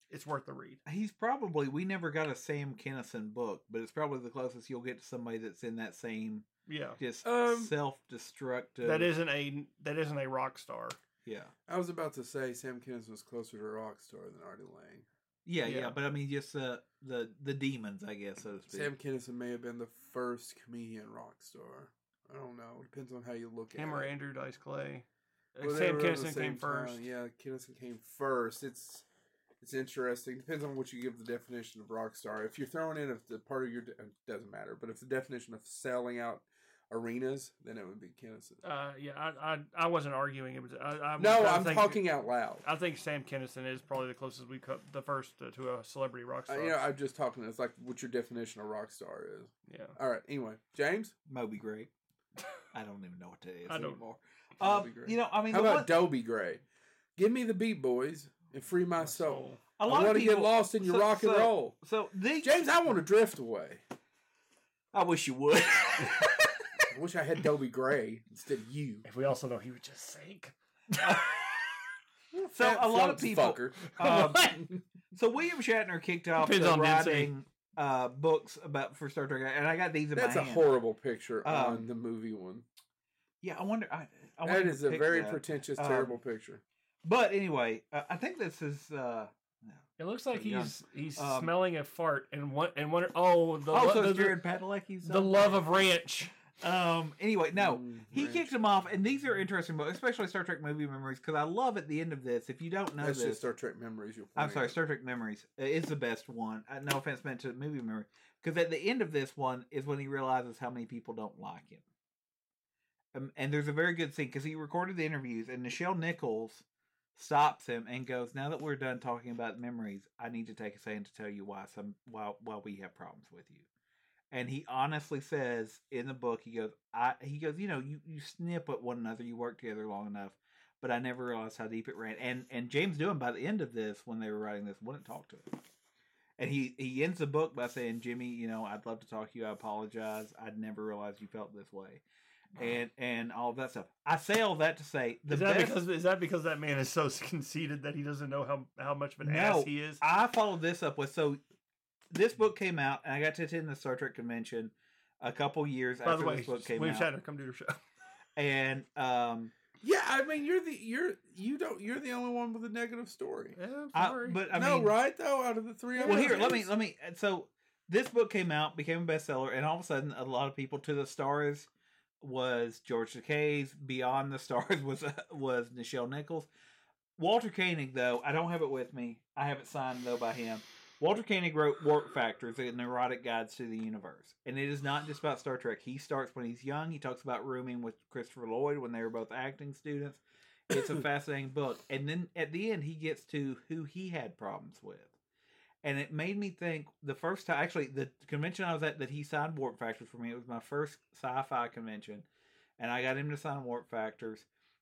Speaker 1: It's worth the read.
Speaker 3: He's probably we never got a Sam Kennison book, but it's probably the closest you'll get to somebody that's in that same
Speaker 1: Yeah,
Speaker 3: just
Speaker 2: Um,
Speaker 3: self-destructive.
Speaker 1: that isn't a that isn't a rock star.
Speaker 3: yeah,
Speaker 2: I was about to say Sam Kinison was closer to rock star than Artie Lang.
Speaker 3: yeah, yeah,
Speaker 1: Yeah.
Speaker 3: But I mean, just the the the demons, I guess, so to speak.
Speaker 2: Sam Kinison may have been the first comedian rock star. I don't know. It depends on how you look
Speaker 1: Him
Speaker 2: at
Speaker 1: or
Speaker 2: it.
Speaker 1: Andrew Dice Clay. Uh,
Speaker 2: Well, they
Speaker 1: Sam
Speaker 2: were around the
Speaker 1: Kinison
Speaker 2: same
Speaker 1: came
Speaker 2: time.
Speaker 1: first.
Speaker 2: Yeah, Kinison came first. It's it's interesting. Depends on what you give the definition of rock star. If you're throwing in if the part of your de- it doesn't matter, but if the definition of selling out arenas, then it would be Kinison.
Speaker 1: Uh, yeah, I, I I wasn't arguing. It was, I, I was
Speaker 2: no,
Speaker 1: kinda
Speaker 2: I'm
Speaker 1: thinking-
Speaker 2: talking out loud.
Speaker 1: I think Sam Kinison is probably the closest we co- the first to, to a celebrity rock
Speaker 2: Uh,
Speaker 1: star.
Speaker 2: you know, I'm just talking. It's like what your definition of rock star is.
Speaker 1: yeah.
Speaker 2: All right. Anyway, James.
Speaker 3: Moby Grape. I don't even know what that is
Speaker 1: I don't-
Speaker 3: anymore.
Speaker 2: That'd
Speaker 3: Um,
Speaker 2: be great.
Speaker 3: you know, I mean,
Speaker 2: How
Speaker 3: the
Speaker 2: about
Speaker 3: one-
Speaker 2: Dobie Gray? Give me the Beat Boys and free my
Speaker 3: Uh,
Speaker 1: My
Speaker 2: soul.
Speaker 1: soul.
Speaker 3: a
Speaker 2: I
Speaker 3: lot
Speaker 2: want
Speaker 3: of
Speaker 2: to
Speaker 3: people,
Speaker 2: get lost in your
Speaker 3: so-
Speaker 2: rock and
Speaker 3: so-
Speaker 2: roll.
Speaker 3: So the
Speaker 2: James, I want to drift away.
Speaker 3: I wish you would.
Speaker 2: I wish I had Dobie Gray instead of you.
Speaker 1: If we also know he would just sink.
Speaker 3: So,
Speaker 2: Fat
Speaker 3: a lot of
Speaker 2: fucks
Speaker 3: people-
Speaker 2: fucker.
Speaker 3: um,
Speaker 1: What?
Speaker 3: so William Shatner kicked off
Speaker 1: Depends
Speaker 3: the
Speaker 1: on Nancy.
Speaker 3: writing uh, books about for Star Trek, and I got these in
Speaker 2: That's
Speaker 3: my
Speaker 2: a
Speaker 3: hand.
Speaker 2: horrible picture
Speaker 3: Um,
Speaker 2: on the movie one.
Speaker 3: Yeah, I wonder. I, I
Speaker 2: That
Speaker 3: wonder
Speaker 2: is a very
Speaker 3: that.
Speaker 2: pretentious,
Speaker 3: Um,
Speaker 2: terrible picture.
Speaker 3: But anyway, uh, I think this is. Uh,
Speaker 1: It looks like
Speaker 3: Yeah.
Speaker 1: he's he's
Speaker 3: Um,
Speaker 1: smelling a fart and one and one oh the
Speaker 3: oh,
Speaker 1: lo-
Speaker 3: so
Speaker 1: the,
Speaker 3: it's
Speaker 1: the,
Speaker 3: Jared Padalecki's.
Speaker 1: the love of ranch.
Speaker 3: Um. Anyway, no,
Speaker 2: Mm,
Speaker 3: he
Speaker 2: ranch.
Speaker 3: kicked him off, and these are interesting books, especially Star Trek movie memories, because I love at the end of this. If you don't know
Speaker 2: That's
Speaker 3: this,
Speaker 2: just Star Trek memories. You'll
Speaker 3: I'm
Speaker 2: point
Speaker 3: sorry,
Speaker 2: out.
Speaker 3: Star Trek memories is the best one. Uh, No offense meant to movie memory. Because at the end of this one is when he realizes how many people don't like him. Um, and there's a very good scene because he recorded the interviews, and Nichelle Nichols stops him and goes, "Now that we're done talking about memories, I need to take a second to tell you why some why why we have problems with you." And he honestly says in the book, he goes, "I he goes, you know, you you snip at one another, you work together long enough." But I never realized how deep it ran. And and James Doohan, by the end of this, when they were writing this, wouldn't talk to him. And he, he ends the book by saying, Jimmy, you know, I'd love to talk to you. I apologize. I'd never realized you felt this way. And and all that stuff. I say all that to say the
Speaker 1: is that
Speaker 3: best
Speaker 1: because is that because that man is so conceited that he doesn't know how, how much of an
Speaker 3: No.
Speaker 1: ass he is?
Speaker 3: I followed this up with so this book came out, and I got to attend the Star Trek convention a couple years
Speaker 1: By
Speaker 3: after
Speaker 1: the way,
Speaker 3: this book came
Speaker 1: William
Speaker 3: out,
Speaker 1: Shatner, come do your show.
Speaker 3: and um,
Speaker 2: Yeah, I mean, you're the you're you don't you're the only one with a negative story.
Speaker 1: Yeah, I'm
Speaker 3: I,
Speaker 1: sorry.
Speaker 3: Uh, but I
Speaker 2: no,
Speaker 3: mean,
Speaker 2: right though, out of the three. of
Speaker 3: well,
Speaker 2: us,
Speaker 3: here, let me
Speaker 2: it's-
Speaker 3: let me. uh, So this book came out, became a bestseller, and all of a sudden, a lot of people to the stars was George Takei's. Beyond the Stars was uh, was Nichelle Nichols. Walter Koenig, though, I don't have it with me. I have it signed though by him. Walter Koenig wrote Warp Factors, the neurotic guides to the universe, and it is not just about Star Trek. He starts when he's young. He talks about rooming with Christopher Lloyd when they were both acting students. It's a fascinating book, and then at the end, he gets to who he had problems with and it made me think the first time actually the convention i was at that he signed warp factors for me it was my first sci-fi convention and i got him to sign warp factors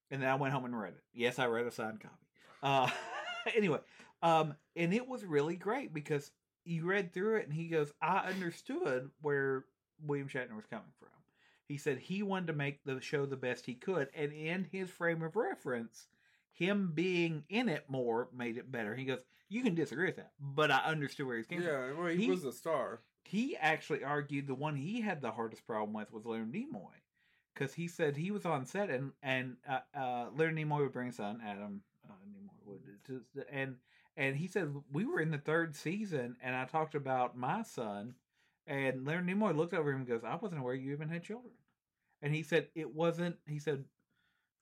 Speaker 3: and then i went home and read it yes i read a signed copy uh anyway um and it was really great because you read through it and he goes i understood where william shatner was coming from he said he wanted to make the show the best he could and in his frame of reference him being in it more made it better he goes you can disagree with that, but I understood where he's came from.
Speaker 2: Yeah, well, he,
Speaker 3: He-
Speaker 2: was a star.
Speaker 3: He actually argued the one he had the hardest problem with was Leonard Nimoy, because he said he was on set and and uh, uh, Leonard Nimoy would bring his son Adam uh, Nimoy would to, and and he said we were in the third season and I talked about my son and Leonard Nimoy looked over him and goes I wasn't aware you even had children, and he said it wasn't he said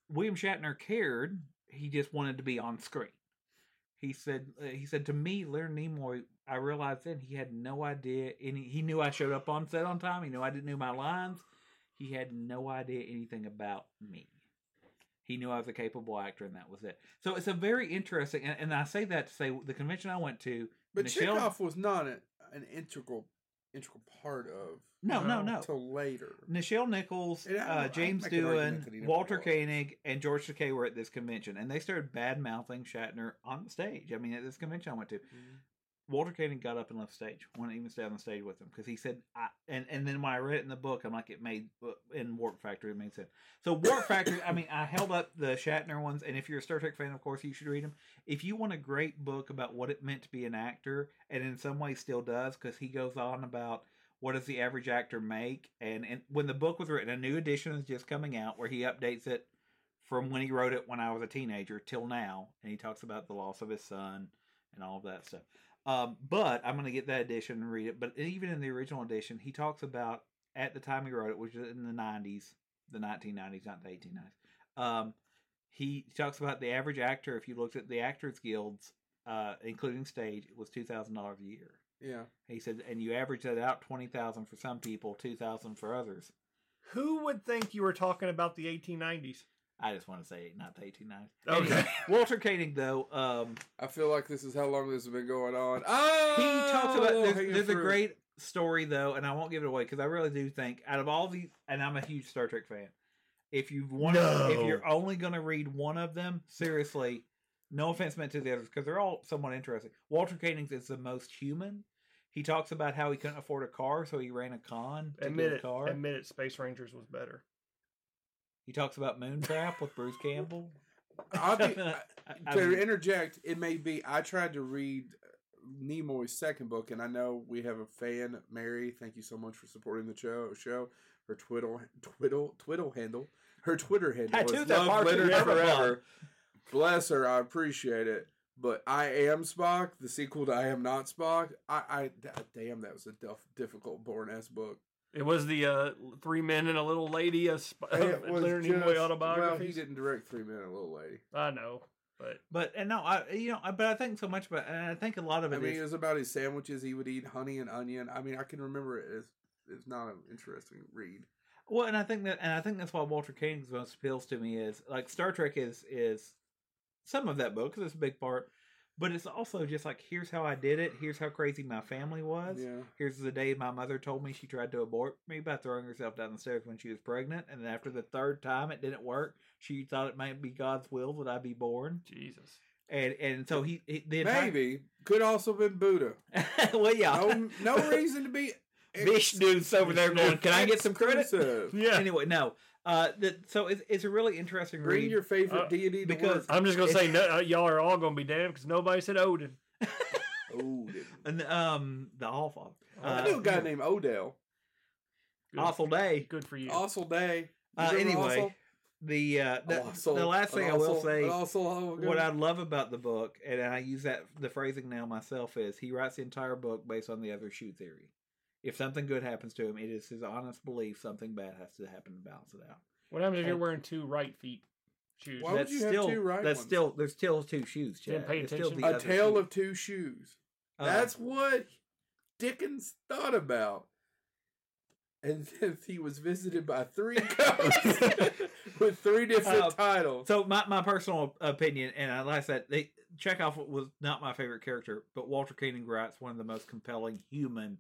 Speaker 3: William Shatner cared he just wanted to be on screen he said uh, he said to me Leonard Nimoy I realized then he had no idea any he knew I showed up on set on time he knew I didn't know my lines he had no idea anything about me he knew I was a capable actor and that was it so it's a very interesting and, and I say that to say the convention I went to
Speaker 2: But
Speaker 3: Michelle-
Speaker 2: Chekhov was not an, an integral integral part of
Speaker 3: no no
Speaker 1: No,
Speaker 3: no
Speaker 2: till later.
Speaker 3: Nichelle Nichols,
Speaker 2: And I don't-
Speaker 3: uh,
Speaker 2: I'd
Speaker 3: James
Speaker 2: make an argument that he
Speaker 3: Doohan,
Speaker 2: never
Speaker 3: Walter
Speaker 2: was.
Speaker 3: Koenig, and George Takei were at this convention, and they started bad mouthing Shatner on the stage. I mean, at this convention I went to,
Speaker 2: Mm-hmm.
Speaker 3: Walter Koenig got up and left stage. Wouldn't even stay on the stage with him because he said, I, and and then when I read it in the book, I'm like, it made in Warp Factory it made sense. So Warp Factory, I mean, I held up the Shatner ones, and if you're a Star Trek fan, of course you should read them. If you want a great book about what it meant to be an actor, and in some ways still does, because he goes on about what does the average actor make, and and when the book was written, a new edition is just coming out where he updates it from when he wrote it when I was a teenager till now, and he talks about the loss of his son and all of that stuff. Um, but I'm going to get that edition and read it. But even in the original edition, he talks about at the time he wrote it, which is in the 90s, the 1990s, not the 1890s. Um, he talks about the average actor. If you looked at the actors guilds, uh, including stage, it was two thousand dollars a year.
Speaker 2: Yeah,
Speaker 3: He said, and you average that out twenty thousand for some people, two thousand for others.
Speaker 1: Who would think you were talking about the 1890s?
Speaker 3: I just want to say not the 1890s.
Speaker 1: Okay.
Speaker 3: Anyway, Walter Koenig though, um,
Speaker 2: I feel like this is how long this has been going on.
Speaker 3: he
Speaker 2: Oh,
Speaker 3: talks about there's,
Speaker 2: hanging
Speaker 3: there's a
Speaker 2: fruit.
Speaker 3: great story though, and I won't give it away because I really do think out of all these, and I'm a huge Star Trek fan. If you want,
Speaker 1: No.
Speaker 3: if you're only going to read one of them, seriously, no offense meant to the others because they're all somewhat interesting. Walter Koenig is the most human. He talks about how he couldn't afford a car, so he ran a con to
Speaker 1: Admit
Speaker 3: get a
Speaker 1: it.
Speaker 3: car.
Speaker 1: Admit it. Space Rangers was better.
Speaker 3: He talks about Moontrap with Bruce Campbell.
Speaker 2: I'll be,
Speaker 3: I- I
Speaker 2: to
Speaker 3: mean-
Speaker 2: interject, it may be I tried to read Nimoy's second book, and I know we have a fan, Mary. Thank you so much for supporting the show. Show her twiddle, twiddle, twiddle handle. Her Twitter handle
Speaker 3: Tattoo
Speaker 2: is
Speaker 3: that
Speaker 2: love
Speaker 3: Mark
Speaker 2: littered
Speaker 1: Zuckerberg.
Speaker 2: forever. Bless her, I appreciate it. But I am Spock, the sequel to I am not Spock. I, I d- damn, that was a duff, difficult, boring ass book.
Speaker 1: It was the uh, three men and a little lady of, Sp-
Speaker 2: It
Speaker 1: of
Speaker 2: was
Speaker 1: Leonard
Speaker 2: just-
Speaker 1: Nimoy
Speaker 2: Well, he
Speaker 1: autobiographies.
Speaker 2: didn't direct Three Men and a Little Lady.
Speaker 1: I know. But
Speaker 3: But and no, I you know, I, but I think so much about, and I think a lot of
Speaker 2: I
Speaker 3: it
Speaker 2: mean,
Speaker 3: is-
Speaker 2: it was about his sandwiches. He would eat honey and onion. I mean, I can remember it. It's, it's not an interesting read.
Speaker 3: well, and I think that, and I think that's why Walter Koenig's most appeals to me is like Star Trek is is some of that book 'cause it's a big part, but it's also just like here's how I did it, here's how crazy my family was,
Speaker 2: Yeah.
Speaker 3: Here's the day my mother told me she tried to abort me by throwing herself down the stairs when she was pregnant, and after the third time it didn't work, she thought it might be God's will that I be born,
Speaker 1: Jesus,
Speaker 3: and and so he, he the entire-
Speaker 2: Maybe. Could also have been Buddha.
Speaker 3: well yeah
Speaker 2: No, no reason to be.
Speaker 3: Vishnu's over there going, "Can I get some credit?"
Speaker 2: exclusive.
Speaker 1: yeah.
Speaker 3: Anyway, no, uh, the, so it's it's a really interesting
Speaker 2: Bring
Speaker 3: read.
Speaker 2: your favorite
Speaker 1: Uh,
Speaker 2: deity to
Speaker 3: because-
Speaker 1: I'm just gonna say no, uh, y'all are all gonna be damned because nobody said Odin.
Speaker 2: work. Odin.
Speaker 3: and um the Allfather,
Speaker 2: Oh, I
Speaker 3: Uh,
Speaker 2: knew a guy named Odell.
Speaker 1: Good,
Speaker 3: awful day.
Speaker 1: good for you.
Speaker 2: Ossel Day. You
Speaker 3: Uh,
Speaker 2: remember
Speaker 3: anyway,
Speaker 2: Ossel?
Speaker 3: the uh, the,
Speaker 2: Ossel.
Speaker 3: the last
Speaker 2: An
Speaker 3: thing I will
Speaker 2: Ossel.
Speaker 3: say
Speaker 2: An Ossel, oh, good.
Speaker 3: what I love about the book, and I use that the phrasing now myself, is he writes the entire book based on the other shoe theory. If something good happens to him, it is his honest belief something bad has to happen to balance it out.
Speaker 1: What happens if you're wearing two right feet shoes?
Speaker 2: Why would you have
Speaker 3: still
Speaker 2: two right
Speaker 3: that's
Speaker 2: ones?
Speaker 3: still there's still two shoes.
Speaker 1: Didn't
Speaker 3: Chad.
Speaker 1: pay
Speaker 3: There's still
Speaker 1: attention.
Speaker 3: the
Speaker 2: a
Speaker 3: other
Speaker 2: tale
Speaker 3: shoe.
Speaker 2: of two shoes.
Speaker 3: Uh,
Speaker 2: That's what Dickens thought about. And then he was visited by three ghosts with three different
Speaker 3: Uh,
Speaker 2: titles.
Speaker 3: so my, my personal opinion, and I like that they, Chekhov was not my favorite character, but Walter Koenig writes one of the most compelling human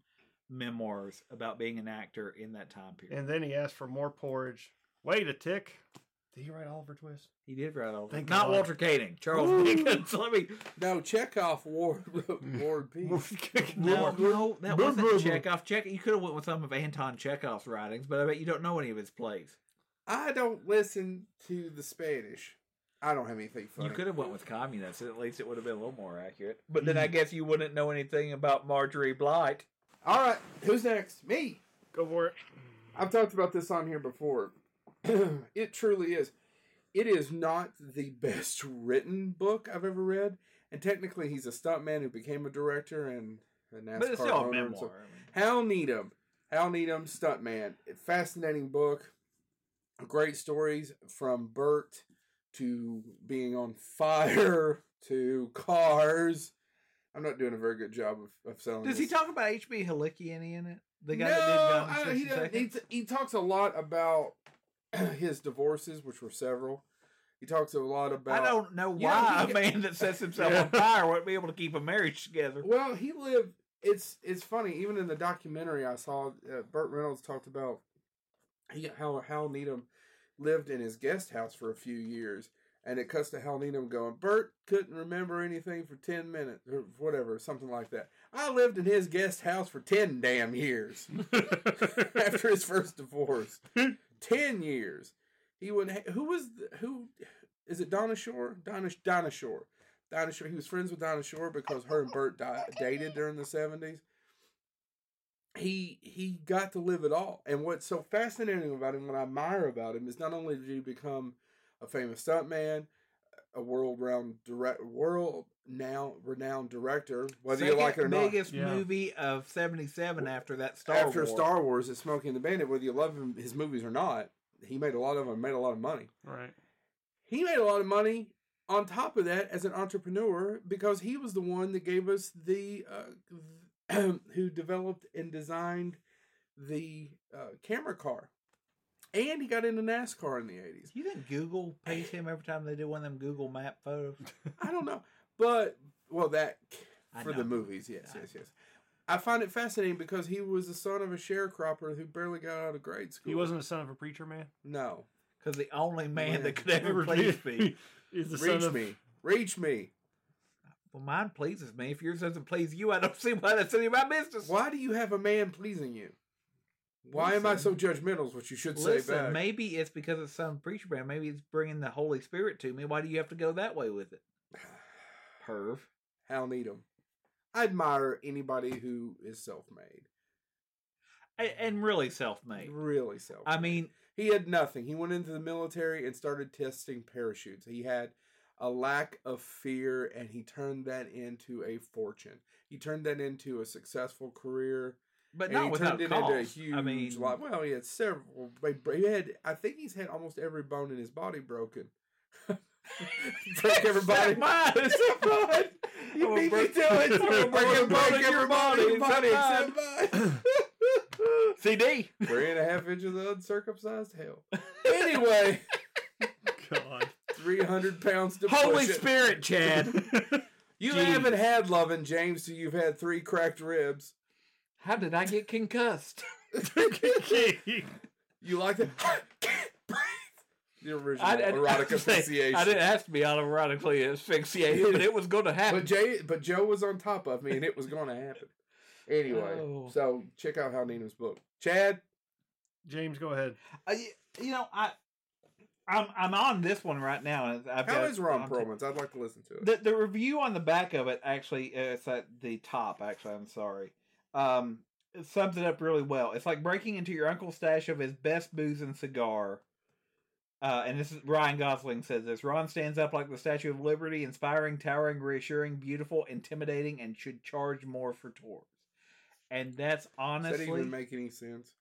Speaker 3: memoirs about being an actor in that time period.
Speaker 1: And then he asked for more porridge. Wait a tick. Did he write Oliver Twist?
Speaker 3: he did write all.
Speaker 1: Thank
Speaker 3: Not
Speaker 1: God.
Speaker 3: Walter Koenig, Charles
Speaker 2: Woo!
Speaker 3: Dickens. Let me
Speaker 2: No, Chekhov War War and Peace.
Speaker 3: No,
Speaker 1: More-
Speaker 3: no, that
Speaker 1: Blah, blah, blah.
Speaker 3: wasn't Chekhov. Chekhov. You could have went with some of Anton Chekhov's writings, but I bet you don't know any of his plays.
Speaker 2: I don't listen to the Spanish. I don't have anything funny.
Speaker 3: You could have went with communists. At least it would have been a little more accurate. But then
Speaker 1: Mm-hmm.
Speaker 3: I guess you wouldn't know anything about Marjorie Blight.
Speaker 2: All right, who's next? Me.
Speaker 1: Go for it.
Speaker 2: I've talked about this on here before. it truly is. It is not the best written book I've ever read, and technically, he's a stuntman who became a director and a NASCAR
Speaker 3: But it's still a
Speaker 2: owner and so-
Speaker 3: memoir.
Speaker 2: Hal Needham. Hal Needham, Stuntman. Fascinating book. Great stories from Bert to being on fire to cars. I'm not doing a very good job of, of selling.
Speaker 3: Does he
Speaker 2: this.
Speaker 3: talk about H.B. Helikian in it? The guy
Speaker 2: no,
Speaker 3: that did Gone
Speaker 2: I,
Speaker 3: in
Speaker 2: he,
Speaker 3: 60
Speaker 2: doesn't- he,
Speaker 3: Seconds?
Speaker 2: t- he talks a lot about his divorces, which were several. He talks a lot about.
Speaker 3: I don't know
Speaker 2: You know,
Speaker 3: why
Speaker 2: he-
Speaker 3: a man that sets himself
Speaker 1: Yeah.
Speaker 3: on fire wouldn't be able to keep a marriage together.
Speaker 2: Well, he lived. It's it's funny. Even in the documentary I saw, uh, Burt Reynolds talked about he, how Hal Needham lived in his guest house for a few years, and it cuts to Hal Needham going, "Burt couldn't remember anything for ten minutes or whatever, something like that." I lived in his guest house for ten damn years after his first divorce. ten years. He wouldn't. Ha- who was the, who? Is it Donna Shore? Donna Donna Shore. Donna Shore. He was friends with Donna Shore because her and Bert di- dated during the seventies. He he got to live it all, and what's so fascinating about him, what I admire about him, is not only did he become a famous stuntman, a world round direct world now renowned director, whether
Speaker 3: Second
Speaker 2: you like it or not.
Speaker 3: biggest
Speaker 1: Yeah.
Speaker 3: movie of 77 after that Star
Speaker 2: after
Speaker 3: Wars.
Speaker 2: Star Wars and Smoking the Bandit, whether you love him, his movies or not, he made a lot of them, made a lot of money.
Speaker 1: Right.
Speaker 2: He made a lot of money on top of that as an entrepreneur because he was the one that gave us the uh, who developed and designed the uh, camera car, and he got into NASCAR in the eighties.
Speaker 3: You think Google pays him every time they do one of them Google Map photos?
Speaker 2: I don't know, but well, that
Speaker 3: I
Speaker 2: for
Speaker 3: know.
Speaker 2: the movies, yes,
Speaker 3: I
Speaker 2: yes, yes. I find it fascinating because he was the son of a sharecropper who barely got out of grade school.
Speaker 1: He wasn't the son of a preacher man.
Speaker 2: no.
Speaker 3: Because the only man
Speaker 2: Man.
Speaker 3: that could ever please me.
Speaker 1: He's the
Speaker 2: Reach
Speaker 1: son of
Speaker 2: me. Reach me.
Speaker 3: Well, mine pleases me. If yours doesn't please you, I don't see why that's any of my business.
Speaker 2: Why do you have a man pleasing you? Why am I so judgmental? Is what you should say
Speaker 3: Listen,
Speaker 2: back.
Speaker 3: maybe it's because it's some preacher man. Maybe it's bringing the Holy Spirit to me. Why do you have to go that way with it? Perv.
Speaker 2: Hal Needham. I admire anybody who is self-made.
Speaker 3: A- And really self made.
Speaker 2: Really self.
Speaker 3: I mean,
Speaker 2: he had nothing. He went into the military and started testing parachutes. He had a lack of fear, and he turned that into a fortune. He turned that into a successful career.
Speaker 3: but
Speaker 2: and
Speaker 3: not
Speaker 2: he
Speaker 3: without
Speaker 2: turned it
Speaker 3: cause.
Speaker 2: into a huge
Speaker 3: I mean,
Speaker 2: lot. Well, he had several. He had, I think he's had almost every bone in his body broken. Break everybody.
Speaker 3: mine. It's so mine.
Speaker 2: You
Speaker 3: I'm
Speaker 2: beat me
Speaker 3: gonna
Speaker 2: to it.
Speaker 3: I'm gonna break
Speaker 2: We're gonna break
Speaker 3: your
Speaker 2: everybody,
Speaker 3: body. Everybody
Speaker 2: except
Speaker 3: except mine. CD.
Speaker 2: Three and a half inches of uncircumcised hell. Anyway,
Speaker 1: God.
Speaker 2: 300 pounds to
Speaker 3: Holy
Speaker 2: push it.
Speaker 3: Spirit, Chad.
Speaker 2: You
Speaker 3: Jesus.
Speaker 2: haven't had loving James till you've had three cracked ribs.
Speaker 3: How did I get concussed?
Speaker 2: You like that? Can't breathe. The original
Speaker 3: I, I-
Speaker 2: erotic
Speaker 3: I say,
Speaker 2: association.
Speaker 3: I didn't have to be all erotically asphyxiated, but it was going to happen.
Speaker 2: but Jay, but Joe was on top of me, and it was going to happen. Anyway,
Speaker 3: Oh.
Speaker 2: so check out how Nina's book. Chad,
Speaker 1: James, go ahead.
Speaker 3: I, you know, I, I'm I'm on this one right now. and I've
Speaker 2: how
Speaker 3: got-
Speaker 2: is Ron
Speaker 3: I'm-
Speaker 2: Perlman's? I'd like to listen to it.
Speaker 3: The, the review on the back of it actually, uh, it's at the top. Actually, I'm sorry. Um, it sums it up really well. It's like breaking into your uncle's stash of his best booze and cigar. Uh, and this is Ryan Gosling says this. Ron stands up like the Statue of Liberty, inspiring, towering, reassuring, beautiful, intimidating, and should charge more for tours. And that's
Speaker 2: Does that
Speaker 3: honestly
Speaker 2: even make any sense?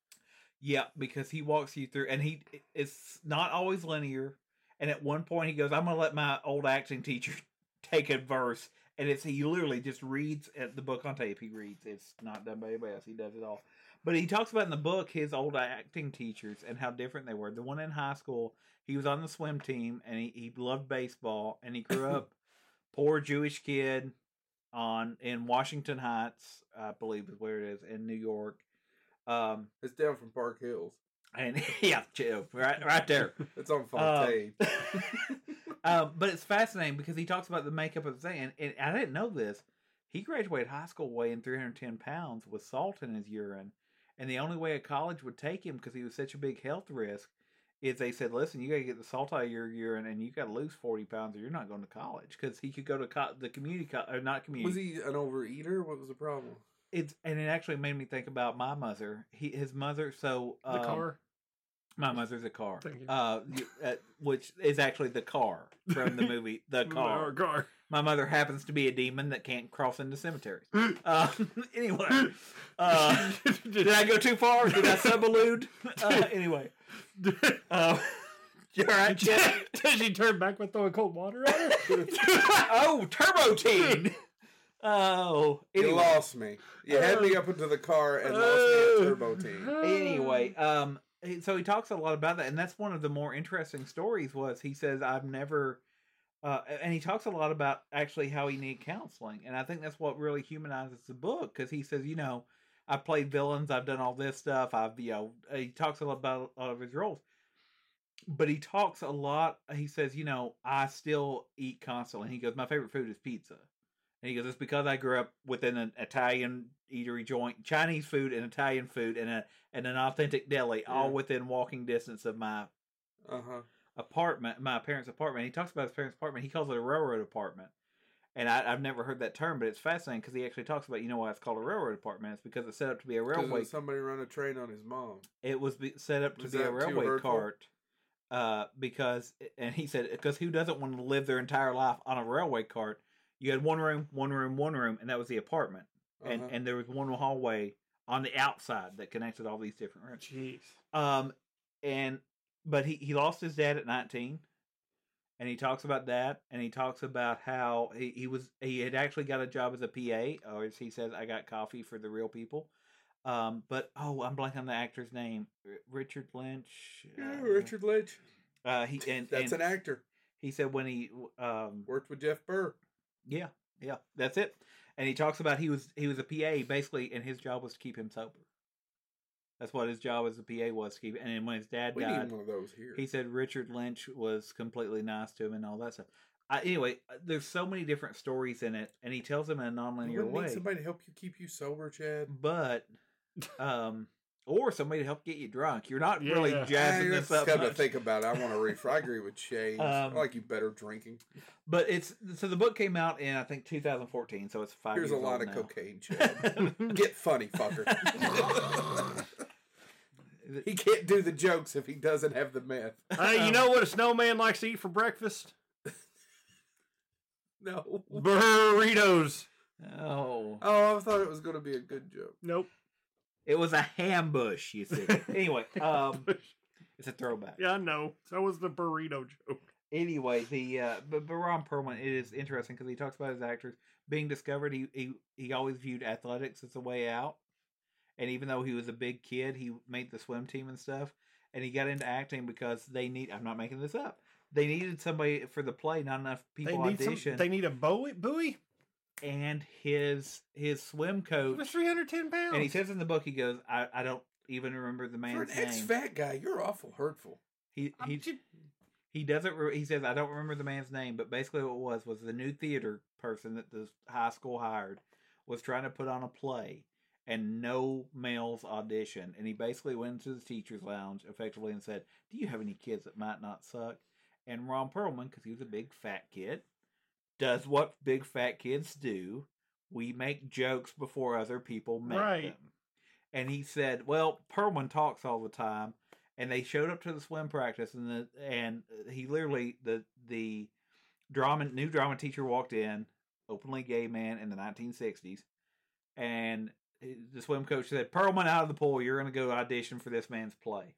Speaker 3: yeah, because he walks you through, and he it's not always linear. And at one point, he goes, "I'm gonna let my old acting teacher take a verse," and it's he literally just reads at the book on tape. He reads; it's not done by anybody else. He does it all. But he talks about in the book his old acting teachers and how different they were. The one in high school, he was on the swim team, and he, he loved baseball, and he grew up poor Jewish kid on in Washington Heights, I believe is where it is in New York. Um,
Speaker 2: It's down from Park Hills.
Speaker 3: and yeah, chill, right, right there.
Speaker 2: It's on Fontaine.
Speaker 3: um, but it's fascinating because he talks about the makeup of the thing, and, and I didn't know this. He graduated high school weighing 310 pounds with salt in his urine, and the only way a college would take him because he was such a big health risk is they said, "Listen, you got to get the salt out of your urine, and you got to lose 40 pounds, or you're not going to college." Because he could go to co- the community, co- or not community.
Speaker 2: was he an overeater? What was the problem?
Speaker 3: it's and it actually made me think about my mother. He, his mother, so
Speaker 1: The
Speaker 3: um,
Speaker 1: car.
Speaker 3: My mother's a car,
Speaker 1: Thank you.
Speaker 3: Uh, you- uh, which is actually the car from the movie
Speaker 1: Our
Speaker 3: The Car.
Speaker 1: car.
Speaker 3: My mother happens to be a demon that can't cross into cemeteries. Uh, anyway, uh, did I go too far? Did I suballude? Uh, anyway, uh, you all right, Chad?
Speaker 1: Did she turn back with throwing cold water at her?
Speaker 3: oh, Turbo Teen. Oh,
Speaker 2: You
Speaker 3: anyway, Uh,
Speaker 2: lost me. You had me up into the car and lost me at Turbo
Speaker 1: Oh,
Speaker 2: Team.
Speaker 3: anyway um he- so he talks a lot about that and that's one of the more interesting stories was he says i've never uh, and he talks a lot about actually how he needed counseling and i think that's what really humanizes the book because he says you know i've played villains i've done all this stuff i've you know he talks a lot about a lot of his roles but he talks a lot uh, he says you know i still eat constantly he goes my favorite food is pizza and he goes, it's because I grew up within an Italian eatery joint, Chinese food and Italian food and, a, and an authentic deli, all
Speaker 2: Yeah.
Speaker 3: within walking distance of my
Speaker 2: Uh huh.
Speaker 3: apartment, my parents' apartment. He talks about his parents' apartment. He calls it a railroad apartment. And I, I've never heard that term, but it's fascinating because he actually talks about, you know why it's called a railroad apartment? It's because it's set up to be a railway.
Speaker 2: Somebody run a train on his mom.
Speaker 3: It was be, set up to
Speaker 2: Was
Speaker 3: be a
Speaker 2: that too
Speaker 3: railway
Speaker 2: hurtful?
Speaker 3: cart. Uh, because and he said because who doesn't want to live their entire life on a railway cart? You had one room, one room, one room, and that was the apartment and
Speaker 2: Uh-huh.
Speaker 3: and there was one hallway on the outside that connected all these different rooms.
Speaker 1: Jeez.
Speaker 3: Um, and but he he lost his dad at nineteen, and he talks about that, and he talks about how he, he was he had actually got a job as a PA, or as he says, I got coffee for the real people. Um, but oh, I'm blanking on the actor's name, R- Richard Lynch.
Speaker 2: Yeah,
Speaker 3: uh,
Speaker 2: Richard Lynch.
Speaker 3: Uh, he and,
Speaker 2: That's
Speaker 3: and
Speaker 2: an actor.
Speaker 3: he said when he um
Speaker 2: Worked with Jeff Burr.
Speaker 3: yeah yeah that's it, and he talks about he was he was a PA basically, and his job was to keep him sober. That's what his job as a PA was to keep. And then when his dad
Speaker 2: We
Speaker 3: died,
Speaker 2: need one of those here.
Speaker 3: he said Richard Lynch was completely nice to him and all that stuff. I, anyway, uh, there's so many different stories in it, and he tells them in a
Speaker 2: you
Speaker 3: non-linear
Speaker 2: wouldn't
Speaker 3: way.
Speaker 2: need somebody to help you keep you sober, Chad.
Speaker 3: But, um, or somebody to help get you drunk. You're not really
Speaker 1: Yeah.
Speaker 2: Yeah,
Speaker 3: jazzing
Speaker 2: you're
Speaker 3: this up.
Speaker 2: just gotta
Speaker 3: much.
Speaker 2: think about it. I want to reefer. I agree with Shane. I
Speaker 3: Um,
Speaker 2: like you better drinking.
Speaker 3: But it's so the book came out in I think 2014, so it's five.
Speaker 2: Here's a
Speaker 3: years
Speaker 2: lot
Speaker 3: old
Speaker 2: of
Speaker 3: now.
Speaker 2: cocaine, Chad. Get funny, fucker. he can't do the jokes if he doesn't have the meth.
Speaker 1: Hey, you know what a snowman likes to eat for breakfast?
Speaker 2: No.
Speaker 1: Burritos.
Speaker 3: Oh,
Speaker 2: Oh, I thought it was going to be a good joke.
Speaker 1: Nope.
Speaker 3: it was a ambush. You see. anyway, um, it's a throwback.
Speaker 1: Yeah, I know. That was the burrito joke.
Speaker 3: Anyway, the uh, but, but Ron Perlman it is interesting because he talks about his actors being discovered. He, he he always viewed athletics as a way out, and even though he was a big kid, he made the swim team and stuff. And he got into acting because they need. I'm not making this up. They needed somebody for the play. Not enough
Speaker 1: They
Speaker 3: people
Speaker 1: need some,
Speaker 3: auditioned.
Speaker 1: They need a buoy. Buoy.
Speaker 3: and his his swim
Speaker 1: It was
Speaker 3: coach.
Speaker 1: three hundred ten pounds.
Speaker 3: And he says in the book, he goes, "I, I don't even remember the
Speaker 2: For an
Speaker 3: man's
Speaker 2: ex
Speaker 3: name."
Speaker 2: fat guy, you're awful hurtful.
Speaker 3: He
Speaker 1: I'm
Speaker 3: he
Speaker 1: ju-
Speaker 3: he doesn't re- he says i don't remember the man's name but basically what it was was the new theater person that the high school hired was trying to put on a play and no males auditioned and he basically went into the teacher's lounge effectively and said do you have any kids that might not suck and ron perlman because he was a big fat kid does what big fat kids do we make jokes before other people make
Speaker 1: Right.
Speaker 3: them and he said well perlman talks all the time and they showed up to the swim practice and the and uh, he literally the the drama new drama teacher walked in openly gay man in the 1960s and the swim coach said perlman out of the pool you're going to go audition for this man's play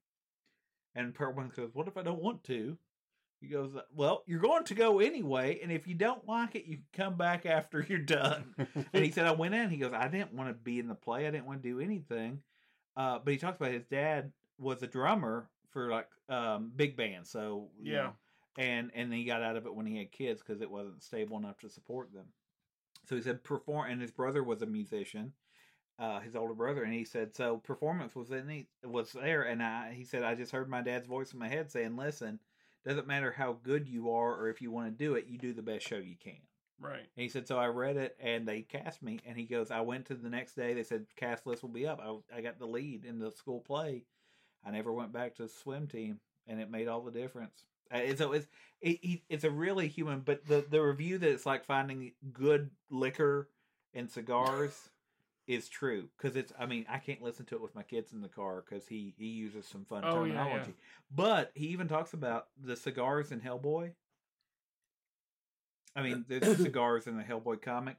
Speaker 3: and perlman goes what if i don't want to he goes well you're going to go anyway and if you don't like it you can come back after you're done and he said, I went in. He goes, I didn't want to be in the play. I didn't want to do anything. Uh, but he talks about his dad was a drummer for like um, big band. So you
Speaker 1: Yeah.
Speaker 3: know, and and he got out of it when he had kids because it wasn't stable enough to support them. So he said perform, and his brother was a musician, uh, his older brother, and he said so performance was in he was there, and I he said I just heard my dad's voice in my head saying, listen, doesn't matter how good you are or if you want to do it, you do the best show you can.
Speaker 1: right.
Speaker 3: And he said, so I read it and they cast me. And he goes, I went to the next day. They said, cast list will be up. I, I got the lead in the school play. I never went back to the swim team and it made all the difference. Uh, and so it's, it, it- it's a really human, but the, the review that it's like finding good liquor and cigars is true. Cause it's, I mean, I can't listen to it with my kids in the car cause he, he uses some fun
Speaker 1: Oh, yeah, yeah.
Speaker 3: terminology, but he even talks about the cigars in Hellboy. I mean, there's cigars in the Hellboy comic.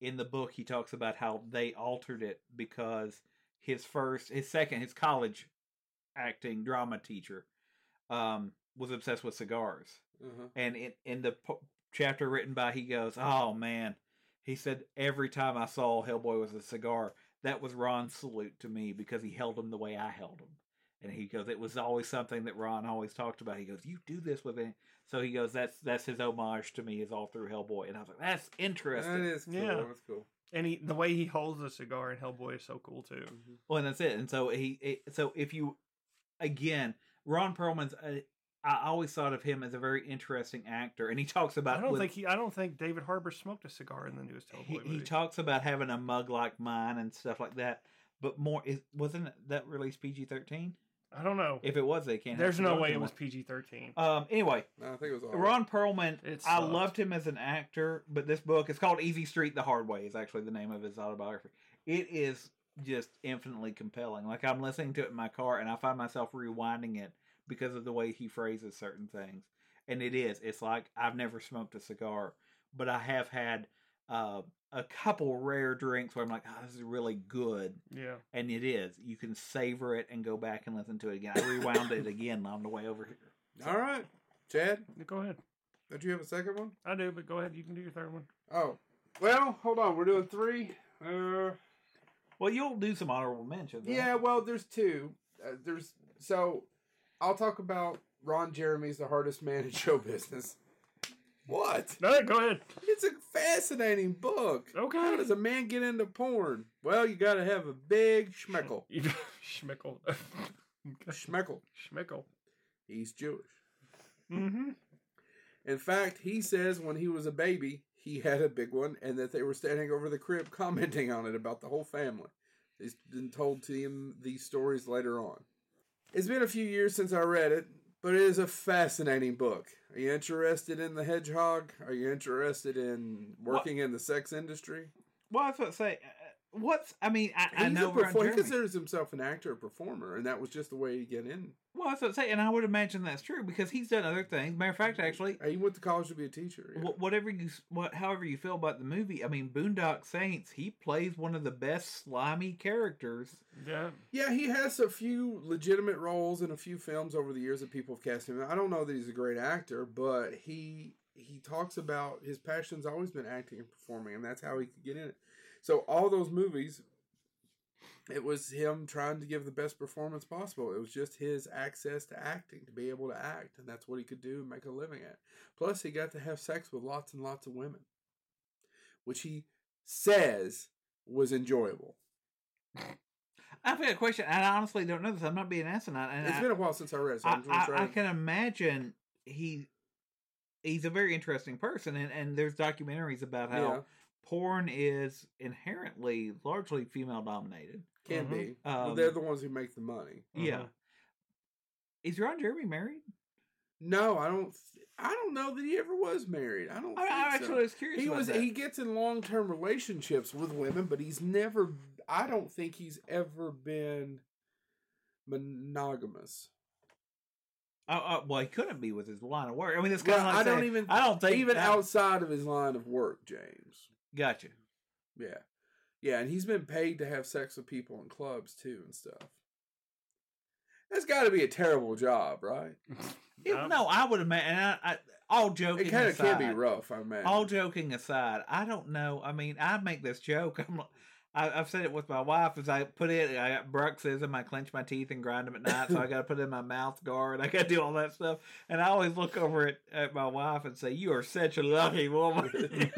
Speaker 3: In the book, he talks about how they altered it because his first, his second, his college acting drama teacher um, was obsessed with cigars.
Speaker 2: Uh-huh.
Speaker 3: And in, in the po- chapter written by, he goes, Oh man. He said, Every time I saw Hellboy with a cigar, that was Ron's salute to me because he held him the way I held him. And he goes, It was always something that Ron always talked about. He goes, You do this with it. So he goes, That's that's his homage to me, is all through Hellboy. And I was like, That's interesting.
Speaker 2: That is cool.
Speaker 1: Yeah.
Speaker 2: That's cool.
Speaker 1: And he, the way he holds the cigar in Hellboy is so cool too.
Speaker 2: Mm-hmm.
Speaker 3: Well, and that's it. And so he, it, so if you, again, Ron Perlman's, uh, I always thought of him as a very interesting actor, and he talks about.
Speaker 1: I don't
Speaker 3: with-
Speaker 1: think he, I don't think David Harbour smoked a cigar in the newest Hellboy
Speaker 3: he,
Speaker 1: movie.
Speaker 3: he talks about having a mug like mine and stuff like that. But more is wasn't that released PG thirteen?
Speaker 1: I don't know.
Speaker 3: If it was, they can't. have
Speaker 1: There's no
Speaker 3: cigars
Speaker 1: way it
Speaker 3: anymore.
Speaker 1: was PG thirteen.
Speaker 3: Um. Anyway,
Speaker 2: No, I think it was all
Speaker 3: Ron Perlman.
Speaker 1: It
Speaker 3: I
Speaker 1: sucked.
Speaker 3: loved him as an actor, but this book it's called Easy Street the Hard Way. Is actually the name of his autobiography. It is just infinitely compelling. Like I'm listening to it in my car, and I find myself rewinding it because of the way he phrases certain things. And it is. It's like I've never smoked a cigar, but I have had uh, a couple rare drinks where I'm like, oh, this is really good.
Speaker 1: Yeah.
Speaker 3: And it is. You can savor it and go back and listen to it again. I rewound it again on the way over here.
Speaker 2: All right. Chad,
Speaker 1: Go ahead.
Speaker 2: don't you have a second one?
Speaker 1: I do, but go ahead. You can do your third one.
Speaker 2: Oh. Well, hold on. We're doing three. Uh,
Speaker 3: Well, you'll do some honorable mentions. right?
Speaker 2: yeah, well, there's two. Uh, there's so I'll talk about Ron Jeremy's the hardest man in show business. What?
Speaker 1: No, go ahead.
Speaker 2: It's a fascinating book. How
Speaker 1: Okay.
Speaker 2: does a man get into porn? Well, you got to have a big schmeckle.
Speaker 1: Schmickle.
Speaker 2: Schmeckle.
Speaker 1: Schmickle.
Speaker 2: He's Jewish.
Speaker 1: Mm-hmm.
Speaker 2: In fact, he says when he was a baby, he had a big one, and that they were standing over the crib commenting on it about the whole family. He's been told to him these stories later on. It's been a few years since I read it, but it is a fascinating book. Are you interested in the hedgehog? Are you interested in working in the sex industry?
Speaker 3: Well, I was about to say, uh, what's I mean I, I
Speaker 2: He's
Speaker 3: know
Speaker 2: a
Speaker 3: we're on
Speaker 2: perform- he
Speaker 3: Germany.
Speaker 2: considers himself an actor, a performer, and that was just the way he get in.
Speaker 3: Well, that's what I'm saying, and I would imagine that's true because he's done other things. Matter of fact, actually,
Speaker 2: Hey, He went to college to be a teacher. yeah.
Speaker 3: wh- whatever you s- what however you feel about the movie, I mean, Boondock Saints, he plays one of the best slimy characters.
Speaker 1: Yeah.
Speaker 2: Yeah, he has a few legitimate roles in a few films over the years that people have cast him. in. I don't know that he's a great actor, but he he talks about his passion's always been acting and performing, and that's how he could get in it. So all those movies, it was him trying to give the best performance possible. It was just his access to acting, to be able to act, and that's what he could do and make a living at. Plus, he got to have sex with lots and lots of women, which he says was enjoyable.
Speaker 3: I've got a question, and I honestly don't know this. I'm not being asinine, and
Speaker 2: It's
Speaker 3: I,
Speaker 2: been a while since I read, it, so
Speaker 3: I,
Speaker 2: I'm just
Speaker 3: I, I
Speaker 2: trying.
Speaker 3: can imagine he he's a very interesting person, and, and there's documentaries about how
Speaker 2: Yeah.
Speaker 3: porn is inherently largely female dominated.
Speaker 2: Can
Speaker 1: Mhm.
Speaker 2: be.
Speaker 3: Um,
Speaker 2: Well, they're the ones who make the money.
Speaker 3: Yeah.
Speaker 1: Mhm.
Speaker 3: Mm-hmm. Is Ron Jeremy married?
Speaker 2: No, I don't. th- I don't know that he ever was married. I don't.
Speaker 3: I, I
Speaker 2: think
Speaker 3: actually
Speaker 2: so.
Speaker 3: was curious.
Speaker 2: he
Speaker 3: about
Speaker 2: was.
Speaker 3: that.
Speaker 2: He gets in long term relationships with women, but he's never. I don't think he's ever been monogamous.
Speaker 3: Uh, uh, well, he couldn't be with his line of work. I mean, it's kind
Speaker 2: Well,
Speaker 3: of like
Speaker 2: I don't
Speaker 3: saying-
Speaker 2: even-
Speaker 3: I don't think
Speaker 2: Even
Speaker 3: that-
Speaker 2: outside of his line of work, James.
Speaker 3: Gotcha.
Speaker 2: Yeah, yeah, and he's been paid to have sex with people in clubs too and stuff. That's got to be a terrible job, right?
Speaker 3: It-
Speaker 1: Um,
Speaker 3: no, I would imagine. I, I, all joking
Speaker 2: It kind of
Speaker 3: aside,
Speaker 2: can be rough, I imagine.
Speaker 3: all joking aside, I don't know. I mean, I make this joke. I'm. like- I, I've said it with my wife. As I put it, I got bruxism. I clench my teeth and grind them at night, so I got to put it in my mouth guard. I got to do all that stuff, and I always look over at, at my wife and say, "You are such a lucky woman."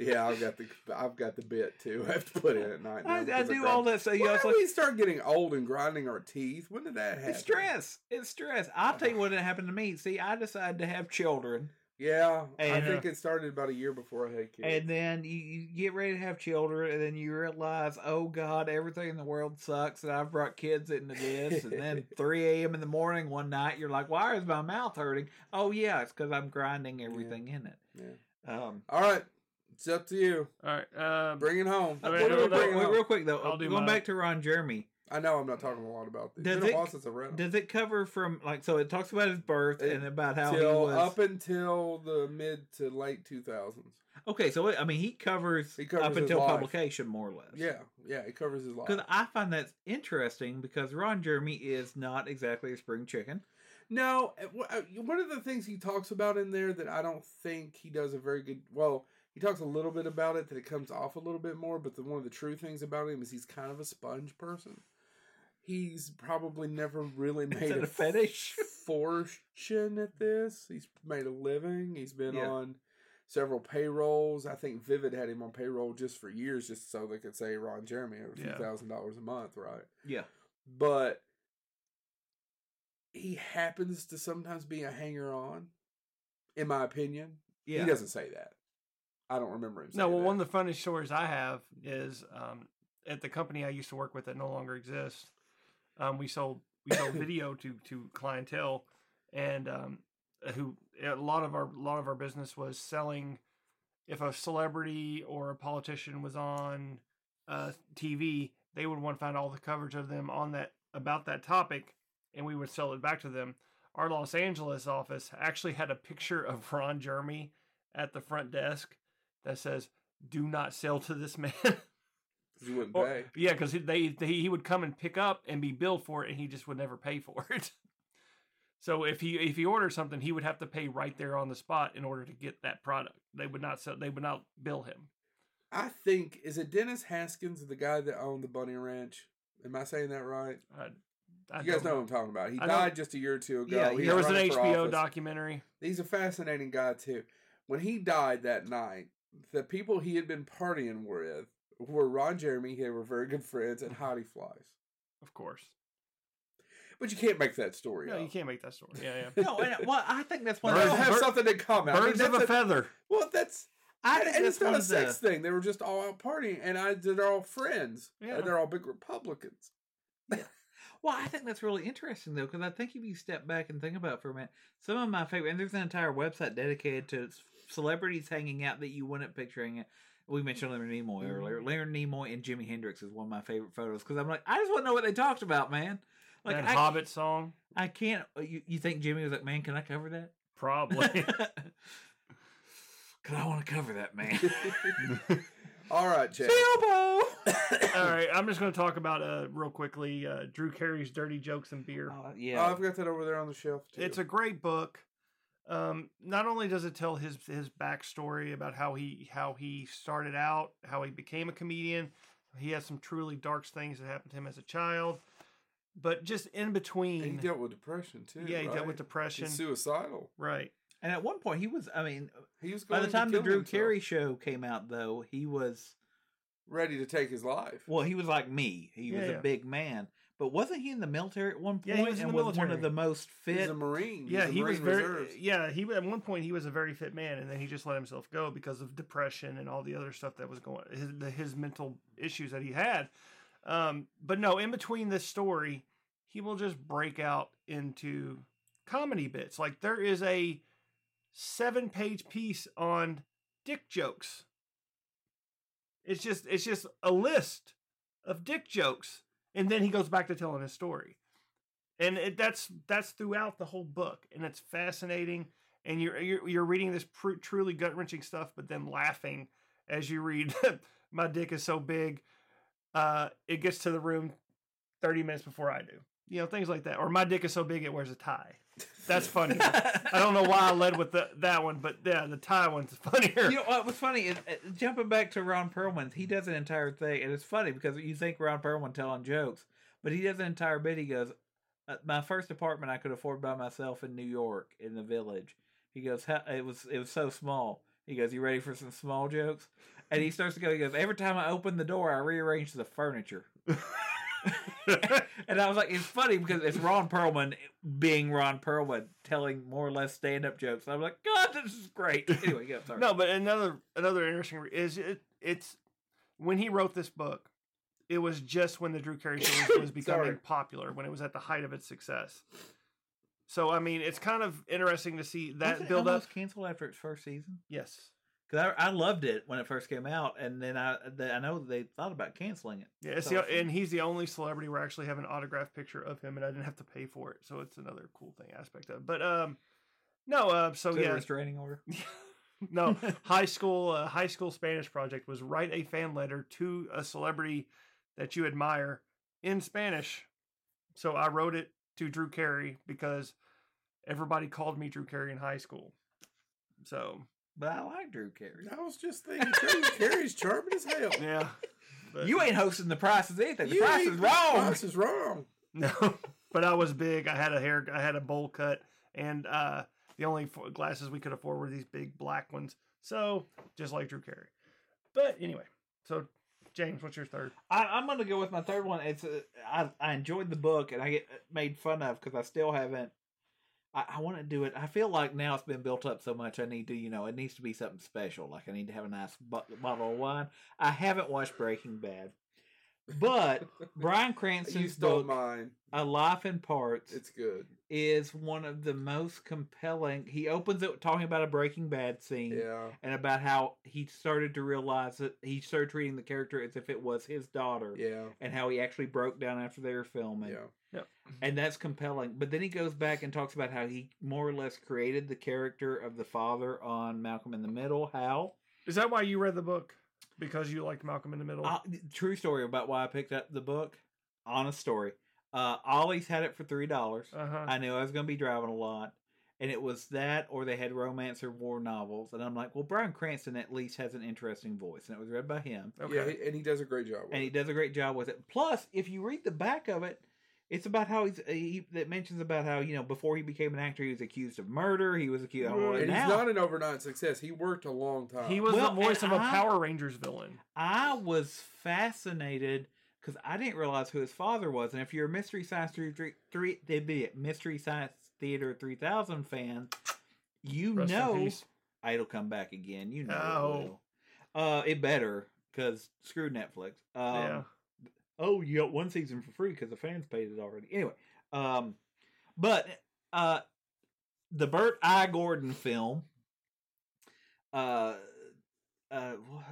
Speaker 2: Yeah, I've got the I've got the bit too. I have to put in at night.
Speaker 3: I,
Speaker 2: now
Speaker 3: I
Speaker 2: 'cause
Speaker 3: do
Speaker 2: grab-
Speaker 3: all that, so you
Speaker 2: When
Speaker 3: know, it's
Speaker 2: did
Speaker 3: like,
Speaker 2: we start getting old and grinding our teeth? When did that happen?
Speaker 3: It's stress. It's stress. I'll tell you what happened to me. See, I decided to have children,
Speaker 2: Yeah, I
Speaker 3: And-
Speaker 2: think it started about a year before I had kids.
Speaker 3: and then you, you get ready to have children, and then you realize, oh God, everything in the world sucks, and I've brought kids into this. and then 3 a.m. in the morning one night, you're like, why is my mouth hurting? Oh yeah, it's because I'm grinding everything in it.
Speaker 2: Yeah.
Speaker 3: Um,
Speaker 2: all right, it's up to you.
Speaker 1: All right. Uh,
Speaker 2: Bring it home.
Speaker 1: Okay,
Speaker 3: what do
Speaker 1: no,
Speaker 3: we
Speaker 1: no,
Speaker 3: bring-
Speaker 1: no.
Speaker 3: wait, real quick though, uh,
Speaker 1: I'll do
Speaker 3: going
Speaker 1: mine.
Speaker 3: back to Ron Jeremy,
Speaker 2: I know I'm not talking a lot about this.
Speaker 3: Does
Speaker 2: It's been
Speaker 3: it-
Speaker 2: a while since I read them.
Speaker 3: does it cover from like so? It talks about his birth
Speaker 2: Oh. It-
Speaker 3: and about how he
Speaker 2: Till
Speaker 3: was
Speaker 2: up until the mid to late 2000s.
Speaker 3: okay. So I mean, he covers,
Speaker 2: He covers
Speaker 3: up
Speaker 2: his
Speaker 3: until
Speaker 2: life.
Speaker 3: publication, more or less.
Speaker 2: Yeah, yeah, it covers his life.
Speaker 3: Because I find that interesting because Ron Jeremy is not exactly a spring chicken.
Speaker 2: No, uh, wh- uh, one of the things he talks about in there that I don't think he does a very good. Well, he talks a little bit about it that it comes off a little bit more, but the, one of the true things about him is he's kind of a sponge person. He's probably never really
Speaker 3: Is
Speaker 2: made
Speaker 3: that
Speaker 2: a,
Speaker 3: a fetish?
Speaker 2: fortune at this. He's made a living. He's been
Speaker 3: Yeah.
Speaker 2: on several payrolls. I think Vivid had him on payroll just for years, just so they could say Ron Jeremy over a few
Speaker 1: Yeah.
Speaker 2: thousand dollars a month, right?
Speaker 3: Yeah.
Speaker 2: but he happens to sometimes be a hanger on, in my opinion.
Speaker 3: Yeah.
Speaker 2: He doesn't say that. I don't remember him saying
Speaker 1: No, well,
Speaker 2: that.
Speaker 1: one of the funny stories I have is um, at the company I used to work with that no longer exists. Um, we sold we sold video to to clientele, and um, who a lot of our a lot of our business was selling. If a celebrity or a politician was on uh, TV, they would want to find all the coverage of them on that about that topic, and we would sell it back to them. Our Los Angeles office actually had a picture of Ron Jeremy at the front desk that says do not sell to this man.
Speaker 2: 'Cause he wouldn't
Speaker 1: or-
Speaker 2: pay.
Speaker 1: yeah, because they, they he would come and pick up and be billed for it, and he just would never pay for it. So if he if he ordered something, he would have to pay right there on the spot in order to get that product. They would not sell. They would not bill him.
Speaker 2: I think is it Dennis Haskins, the guy that owned the Bunny Ranch. Am I saying that right?
Speaker 1: I, I
Speaker 2: you guys
Speaker 1: don't
Speaker 2: know what I'm talking about. He
Speaker 1: I don't-
Speaker 2: died just a year or two ago.
Speaker 3: Yeah,
Speaker 2: He
Speaker 3: yeah.
Speaker 1: There was an
Speaker 2: running for
Speaker 1: HBO
Speaker 2: office.
Speaker 1: documentary.
Speaker 2: He's a fascinating guy too. When he died that night, the people he had been partying with were Ron Jeremy. They were very good friends,
Speaker 1: Mm-hmm.
Speaker 2: and Heidi Flies.
Speaker 1: Of course,
Speaker 2: But you can't make that story
Speaker 1: no,
Speaker 2: up.
Speaker 1: you can't make that story. Yeah, yeah.
Speaker 3: No, and, uh, well, I think that's one
Speaker 2: Well,
Speaker 3: of
Speaker 2: they
Speaker 1: Birds-
Speaker 2: all
Speaker 3: those.
Speaker 2: have
Speaker 1: bir-
Speaker 2: something in common. I mean,
Speaker 1: Birds of
Speaker 2: that's
Speaker 1: a feather.
Speaker 2: well, that's
Speaker 3: I
Speaker 2: and
Speaker 3: think that's
Speaker 2: it's not
Speaker 3: one
Speaker 2: a
Speaker 3: of the.
Speaker 2: sex thing. They were just all out partying, and I they're all friends,
Speaker 1: Yeah.
Speaker 2: and they're all big Republicans.
Speaker 3: Well, I think that's really interesting though, because I think if you step back and think about it for a minute, some of my favorite, and there's an entire website dedicated to celebrities hanging out that you wouldn't picture hanging out. We mentioned Leonard Nimoy
Speaker 2: Mm.
Speaker 3: earlier. Leonard Nimoy and Jimi Hendrix is one of my favorite photos because I'm like, I just want to know what they talked about, man. Like,
Speaker 1: that
Speaker 3: I,
Speaker 1: Hobbit song,
Speaker 3: I can't. uh, You, you think Jimmy was like, man, can I cover that?
Speaker 1: probably.
Speaker 3: Because I want to cover that, man.
Speaker 2: All right, Chad.
Speaker 3: Bilbo!
Speaker 1: All right, I'm just going to talk about uh, real quickly uh, Drew Carey's Dirty Jokes and Beer.
Speaker 3: Oh,
Speaker 2: Oh,
Speaker 3: yeah.
Speaker 2: I've got that over there on the shelf. Too.
Speaker 1: It's a great book. Um, not only does it tell his his backstory about how he how he started out, how he became a comedian, he has some truly dark things that happened to him as a child, but just in between,
Speaker 2: And he dealt with depression too.
Speaker 1: yeah, he dealt with
Speaker 2: right?
Speaker 1: depression,
Speaker 2: He's suicidal.
Speaker 1: right?
Speaker 3: and at one point, he was, I mean,
Speaker 2: He was
Speaker 3: by
Speaker 2: going
Speaker 3: the
Speaker 2: to
Speaker 3: time the
Speaker 2: kill
Speaker 3: Drew
Speaker 2: himself.
Speaker 3: Carey show came out, though, he was,
Speaker 2: ready to take his life.
Speaker 3: well, he was like me. He was
Speaker 1: Yeah,
Speaker 3: a
Speaker 1: yeah.
Speaker 3: big man. But wasn't he in the military at one point
Speaker 1: Yeah, he was in
Speaker 3: and
Speaker 1: the
Speaker 3: was one
Speaker 1: military.
Speaker 3: of the most
Speaker 2: He's
Speaker 3: fit?
Speaker 2: a marine. He's
Speaker 1: yeah,
Speaker 2: a
Speaker 1: he was
Speaker 2: Marine
Speaker 1: very
Speaker 2: Reserves.
Speaker 1: yeah he at one point he was a very fit man, and then he just let himself go because of depression and all the other stuff that was going his the, his mental issues that he had. Um, but no, in between this story, he will just break out into comedy bits. Like there is a seven page piece on dick jokes. It's just it's just a list of dick jokes, and then he goes back to telling his story, and it, that's that's throughout the whole book, and it's fascinating. And you're you're, you're reading this pr- truly gut wrenching stuff, but then laughing as you read. My dick is so big. Uh, it gets to the room thirty minutes before I do. You know things like that, or my dick is so big it wears a tie. That's funny. I don't know why I led with the, that one, but yeah, the tie one's funnier.
Speaker 3: You know what was funny is uh, jumping back to Ron Perlman, he does an entire thing, and it's funny because you think Ron Perlman telling jokes, but he does an entire bit. He goes, uh, "My first apartment I could afford by myself in New York in the village." He goes, "How- "It was it was so small." He goes, "You ready for some small jokes?" And he starts to go. He goes, "Every time I open the door, I rearrange the furniture." and I was like, it's funny because it's Ron Perlman being Ron Perlman telling more or less stand up jokes. I'm like, God, this is great. Anyway, yeah, sorry.
Speaker 1: No, but another another interesting re- is it, it's when he wrote this book, it was just when the Drew Carey show was, was becoming
Speaker 2: Sorry.
Speaker 1: popular, when it was at the height of its success. So I mean, it's kind of interesting to see
Speaker 3: Wasn't
Speaker 1: that
Speaker 3: it
Speaker 1: build up.
Speaker 3: almost canceled after its first season
Speaker 1: Yes,
Speaker 3: because I, I loved it when it first came out, and then I the, I know they thought about canceling it.
Speaker 1: yeah, it's
Speaker 3: So
Speaker 1: the,
Speaker 3: funny.
Speaker 1: and he's the only celebrity where I actually have an autographed picture of him, and I didn't have to pay for it, so it's another cool thing aspect of. It. But um, no, uh, so
Speaker 3: So the
Speaker 1: yeah,
Speaker 3: restraining order.
Speaker 1: no high school uh, high school spanish project was write a fan letter to a celebrity that you admire in spanish so i wrote it to drew carey because everybody called me drew carey in high school so
Speaker 3: But I like Drew Carey.
Speaker 2: I was just thinking, Drew Carey's charming as hell.
Speaker 1: yeah but,
Speaker 3: You ain't hosting the price is anything. The price
Speaker 2: ain't-
Speaker 3: is
Speaker 2: the
Speaker 3: wrong.
Speaker 2: Price is wrong.
Speaker 1: no but i was big i had a hair i had a bowl cut and uh the only f- glasses we could afford were these big black ones so just like drew carey but anyway so james what's your third
Speaker 3: I, I'm gonna go with my third one. It's uh, I I enjoyed the book and I get uh, made fun of because I still haven't. I, I want to do it. I feel like now it's been built up so much. I need to, you know, it needs to be something special. Like I need to have a nice bo- bottle of wine. I haven't watched Breaking Bad, but Brian
Speaker 2: you
Speaker 3: Cranston's
Speaker 2: stole
Speaker 3: book,
Speaker 2: mine.
Speaker 3: A Life in Parts,
Speaker 2: It's good.
Speaker 3: is one of the most compelling. He opens it talking about a Breaking Bad scene
Speaker 2: Yeah.
Speaker 3: and about how he started to realize that he started treating the character as if it was his daughter
Speaker 2: Yeah.
Speaker 3: and how he actually broke down after they were filming.
Speaker 2: Yeah.
Speaker 3: And that's compelling. But then he goes back and talks about how he more or less created the character of the father on Malcolm in the Middle. How?
Speaker 1: Is that why you read the book? Because you liked Malcolm in the Middle?
Speaker 3: Uh, true story about why I picked up the book. Honest story. Uh, Ollie's had it for $3.
Speaker 1: huh.
Speaker 3: I knew I was going to be driving a lot. And it was that, or they had romance or war novels. And I'm like, well, Brian Cranston at least has an interesting voice. And it was read by him.
Speaker 1: Okay.
Speaker 2: Yeah. he- And he does a great job. With
Speaker 3: and he
Speaker 2: it.
Speaker 3: does a great job with it. Plus, if you read the back of it, it's about how he's he that mentions about how you know before he became an actor, he was accused of murder. He was accused. Of,
Speaker 1: Right.
Speaker 3: and
Speaker 2: Mm, And
Speaker 3: now,
Speaker 2: he's not an overnight success. He worked a long time.
Speaker 1: he was
Speaker 3: uh, well,
Speaker 1: the voice of
Speaker 3: and
Speaker 1: a
Speaker 3: I-
Speaker 1: Power Rangers villain.
Speaker 3: I was fascinated because I didn't realize who his father was. And if you're a Mystery Science three three, three they'd be a Mystery Science Theater three thousand fan, you
Speaker 1: Rest in
Speaker 3: know
Speaker 1: peace.
Speaker 3: it'll come back again. You know,
Speaker 1: Oh.
Speaker 3: it will. Uh, it better because screw Netflix. Um,
Speaker 1: yeah.
Speaker 3: oh you got one season for free because the fans paid it already anyway um but uh the bert i gordon film uh uh what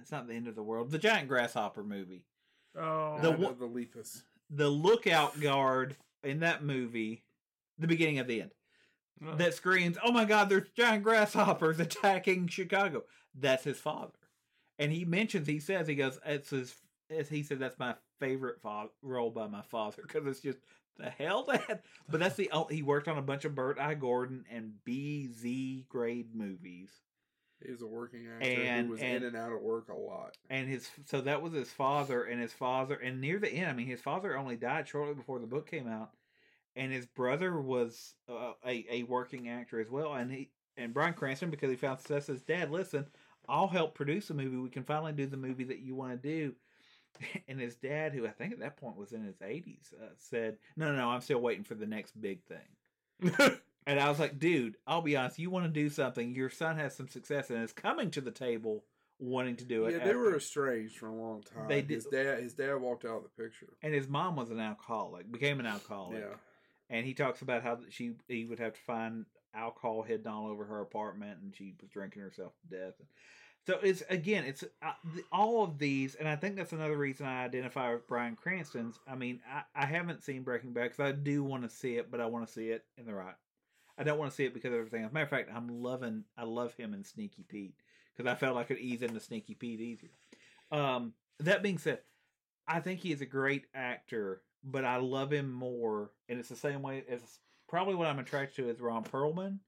Speaker 3: it's not the end of the world. The giant grasshopper movie.
Speaker 1: Oh,
Speaker 3: The
Speaker 2: The,
Speaker 3: one-
Speaker 2: the Lepus.
Speaker 3: The lookout guard in that movie, the beginning of the end,
Speaker 1: uh,
Speaker 3: that screams, "Oh my God! There's giant grasshoppers attacking Chicago." That's his father, and he mentions, he says, he goes, "It's his." As he said, that's my favorite fa- role by my father because it's just the hell that. But that's the only, he worked on a bunch of Burt I. Gordon and B Z grade movies.
Speaker 2: He was a working actor
Speaker 3: And-
Speaker 2: who was
Speaker 3: and-
Speaker 2: in and out of work a lot.
Speaker 3: and his so that was his father and his father and near the end i mean his father only died shortly before the book came out and his brother was uh, a, a working actor as well and he and brian cranston because he found success as dad listen i'll help produce a movie we can finally do the movie that you want to do and his dad who i think at that point was in his 80s uh, said no no no i'm still waiting for the next big thing and I was like, dude, I'll be honest, you want to do something. Your son has some success and is coming to the table wanting to do it.
Speaker 2: Yeah, they were
Speaker 3: after."
Speaker 2: estranged for a long time.
Speaker 3: They did-
Speaker 2: His dad, his dad walked out of the picture.
Speaker 3: and his mom was an alcoholic, became an alcoholic,
Speaker 2: Yeah,
Speaker 3: and he talks about how that she he would have to find alcohol hidden all over her apartment, and she was drinking herself to death. So it's again, it's uh, th- all of these, and I think that's another reason I identify with Brian Cranston's. I mean, I, I haven't seen Breaking Bad because I do want to see it, but I want to see it in the right. I don't want to see it because of everything. As a matter of fact, I'm loving, I love him in Sneaky Pete because I felt I could ease into Sneaky Pete easier. Um, that being said, I think he is a great actor, but I love him more, and it's the same way as probably what I'm attracted to is Ron Perlman,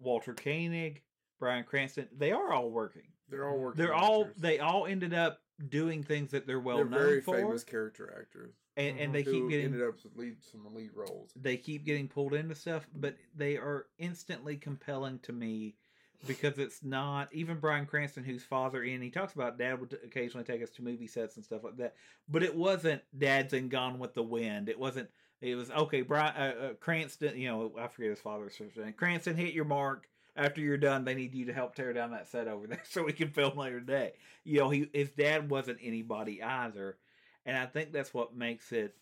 Speaker 3: Walter Koenig, Brian Cranston. They are all working.
Speaker 2: they're all working.
Speaker 3: They're all
Speaker 2: actors.
Speaker 3: they all ended up doing things that they're well
Speaker 2: they're
Speaker 3: known
Speaker 2: very
Speaker 3: for,
Speaker 2: famous character actors.
Speaker 3: and, and they
Speaker 2: who
Speaker 3: keep getting
Speaker 2: ended up with lead some lead roles.
Speaker 3: they keep getting pulled into stuff, but they are instantly compelling to me because it's not even Brian Cranston, whose father in he talks about dad would occasionally take us to movie sets and stuff like that, but it wasn't dad's in Gone with the Wind. It wasn't. It was okay. Brian uh, uh, Cranston, you know, I forget his father's first name. Cranston hit your mark. After you're done, they need you to help tear down that set over there so we can film later today. You know, he his dad wasn't anybody either, and I think that's what makes it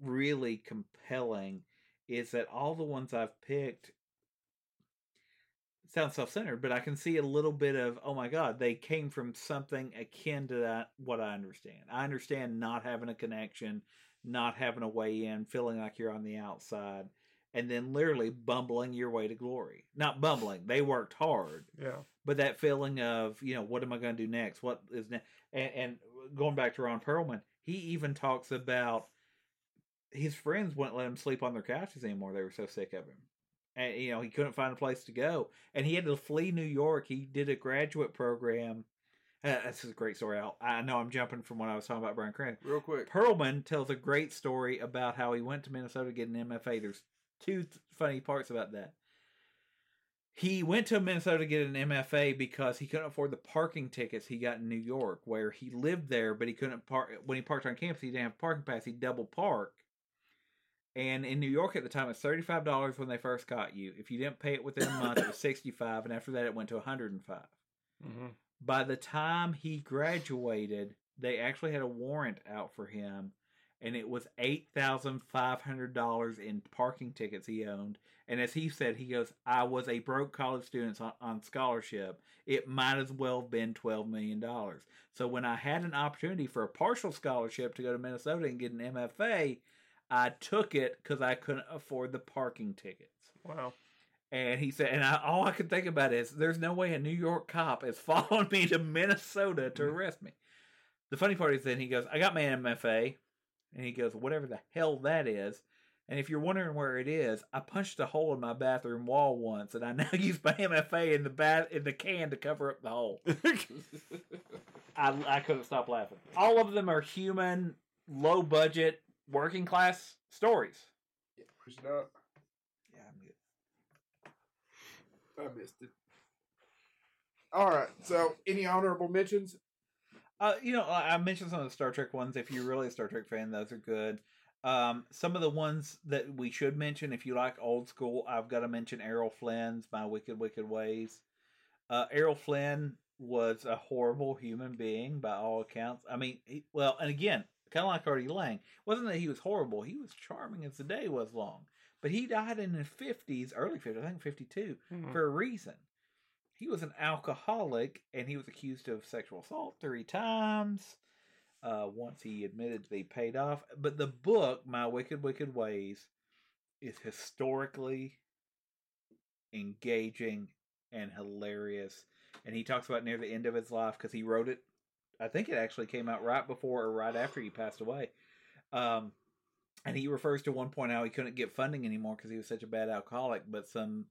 Speaker 3: really compelling is that all the ones I've picked sound self centered, but I can see a little bit of, oh my God, they came from something akin to that, what I understand. I understand not having a connection, not having a way in, feeling like you're on the outside, and then literally bumbling your way to glory. Not bumbling, they worked hard,
Speaker 1: yeah.
Speaker 3: but that feeling of you know what am i going to do next what is next and, and going back to ron perlman he even talks about his friends wouldn't let him sleep on their couches anymore they were so sick of him and you know he couldn't find a place to go and he had to flee new york he did a graduate program uh, this is a great story I'll, i know i'm jumping from what i was talking about brian Cranston.
Speaker 2: Real quick,
Speaker 3: Perlman tells a great story about how he went to Minnesota to get an MFA. There's two th- funny parts about that. He went to Minnesota to get an MFA because he couldn't afford the parking tickets he got in New York, where he lived there, but he couldn't park. When he parked on campus, he didn't have a parking pass. He double parked. And in New York at the time, it's thirty five dollars when they first got you. If you didn't pay it within a month, it was sixty five, and after that, it went to one hundred and five
Speaker 1: hmm
Speaker 3: by the time he graduated, they actually had a warrant out for him, and it was eight thousand five hundred dollars in parking tickets he owned. And as he said, he goes, "I was a broke college student on, on scholarship. It might as well have been twelve million dollars. So when I had an opportunity for a partial scholarship to go to Minnesota and get an MFA, I took it because I couldn't afford the parking tickets."
Speaker 1: Wow.
Speaker 3: And he said, and I, all I could think about is there's no way a New York cop is following me to Minnesota to arrest me. The funny part is then he goes, I got my MFA. And he goes, whatever the hell that is. And if you're wondering where it is, I punched a hole in my bathroom wall once, and I now use my MFA in the bath in the can to cover up the hole. I, I couldn't stop laughing. All of them are human, low budget, working class stories.
Speaker 2: Push it up.
Speaker 3: Yeah, I'm good.
Speaker 2: I missed it. All right. So, any honorable mentions?
Speaker 3: Uh, you know, I I mentioned some of the Star Trek ones. If you're really a Star Trek fan, those are good. Um, some of the ones that we should mention, if you like old school, I've got to mention Errol Flynn's My Wicked Wicked Ways. Uh, Errol Flynn was a horrible human being by all accounts. I mean, he, well, and again, kind of like Artie Lang, wasn't that he was horrible? He was charming as the day was long. But he died in his 50s, early 50s, I think 52,
Speaker 1: Mhm.
Speaker 3: for a reason. he was an alcoholic and he was accused of sexual assault three times. Uh, once he admitted they paid off, but the book "My Wicked Wicked Ways" is historically engaging and hilarious. And he talks about near the end of his life because he wrote it. I think it actually came out right before or right after he passed away. Um, and he refers to one point how he couldn't get funding anymore because he was such a bad alcoholic. But some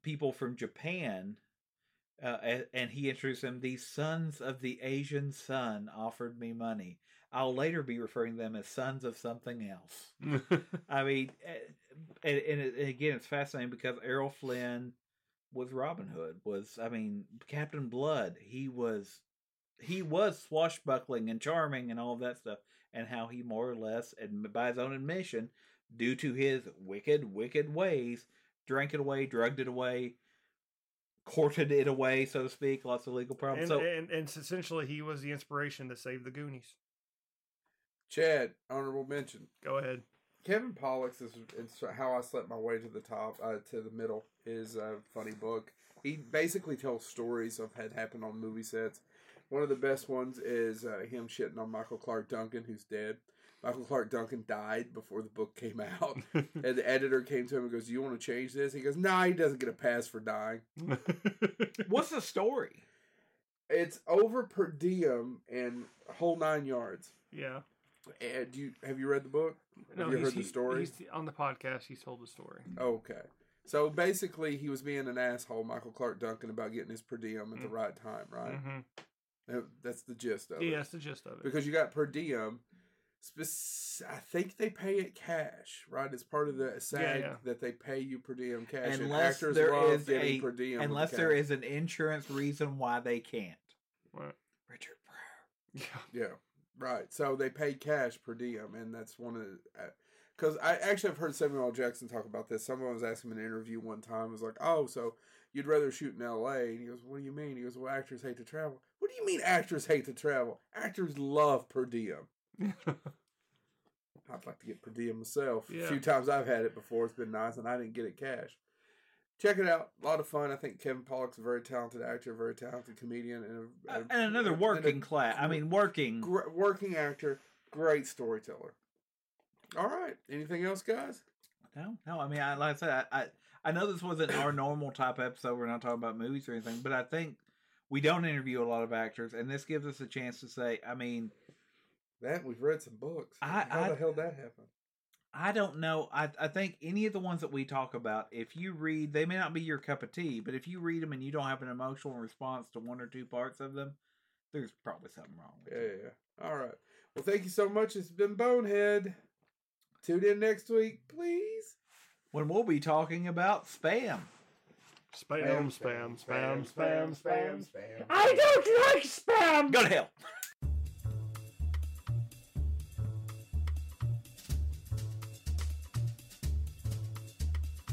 Speaker 3: people from Japan, uh, a- and he introduced them, these sons of the Asian sun offered me money. I'll later be referring to them as sons of something else.
Speaker 1: Mm-hmm.
Speaker 3: I mean, eh, and, and, it- and again, it's fascinating because Errol Flynn was Robin Hood. Was I mean, Captain Blood. He was he was swashbuckling and charming and all of that stuff, and how he more or less, and by his own admission, due to his wicked, wicked ways, drank it away, drugged it away, courted it away, so to speak. Lots of legal problems.
Speaker 1: and,
Speaker 3: so
Speaker 1: and and essentially, he was the inspiration to save the Goonies.
Speaker 2: Chad, honorable mention.
Speaker 1: Go ahead.
Speaker 2: Kevin Pollock's is, is how I slept my way to the top, uh, to the middle. Is a funny book. He basically tells stories of had happened on movie sets. One of the best ones is uh, him shitting on Michael Clark Duncan, who's dead. Michael Clark Duncan died before the book came out, and the editor came to him and goes, "You want to change this?" He goes, "Nah, he doesn't get a pass for dying."
Speaker 3: what's the story?
Speaker 2: It's over per diem and whole nine yards.
Speaker 1: yeah.
Speaker 2: And do you have you read the book? Have you
Speaker 1: he's-
Speaker 2: heard the
Speaker 1: he-
Speaker 2: story?
Speaker 1: He's on the podcast. He's told the story.
Speaker 2: Okay. So basically, he was being an asshole, Michael Clark Duncan, about getting his per diem at the
Speaker 1: Mm.
Speaker 2: right time, right?
Speaker 1: hmm
Speaker 3: Mm-hmm.
Speaker 2: That- That's the gist of
Speaker 1: Yeah,
Speaker 2: it.
Speaker 1: that's the gist of it.
Speaker 2: Because you got per diem. Spec- I think they pay it cash, right? It's part of the SAG
Speaker 1: yeah.
Speaker 2: that they pay you per diem cash. and
Speaker 3: Unless
Speaker 2: actors
Speaker 3: there
Speaker 2: love
Speaker 3: is
Speaker 2: getting
Speaker 3: a-
Speaker 2: per diem. with
Speaker 3: Unless
Speaker 2: the
Speaker 3: there
Speaker 2: cash.
Speaker 3: is an insurance reason why they can't.
Speaker 1: Right.
Speaker 3: Richard Pryor.
Speaker 1: yeah.
Speaker 2: Yeah, right. So they pay cash per diem, and that's one of the. Because I actually have heard Samuel L. Jackson talk about this. Someone was asking him in an interview one time. was like, "Oh, so you'd rather shoot in L.A.?" And he goes, "What do you mean?" He goes, "Well, actors hate to travel." What do you mean actors hate to travel? Actors love per diem. I'd like to get per diem myself. A
Speaker 1: Yeah.
Speaker 2: few times I've had it before. It's been nice, and I didn't get it cash. Check it out. A lot of fun. I think Kevin Pollock's a very talented actor, very talented comedian, and, a,
Speaker 3: Uh, and another working class. I mean, working.
Speaker 2: Gr- working actor, great storyteller. All right. Anything else, guys?
Speaker 3: No, no. I mean, I, like I said, I, I I know this wasn't our normal type episode. We're not talking about movies or anything, but I think we don't interview a lot of actors, and this gives us a chance to say. I mean,
Speaker 2: That we've read some books.
Speaker 3: I-
Speaker 2: How the
Speaker 3: I-
Speaker 2: hell that happened?
Speaker 3: I don't know. I I think any of the ones that we talk about, if you read, they may not be your cup of tea, but if you read them and you don't have an emotional response to one or two parts of them, there's probably something wrong. With
Speaker 2: Yeah,
Speaker 3: you.
Speaker 2: yeah, yeah. All right. Well, thank you so much. It's been Bonehead. Tune in next week, please.
Speaker 3: When we'll be talking about spam.
Speaker 1: Spam, spam, spam, spam, spam, spam.
Speaker 4: spam.
Speaker 1: don't like spam.
Speaker 3: Go to hell.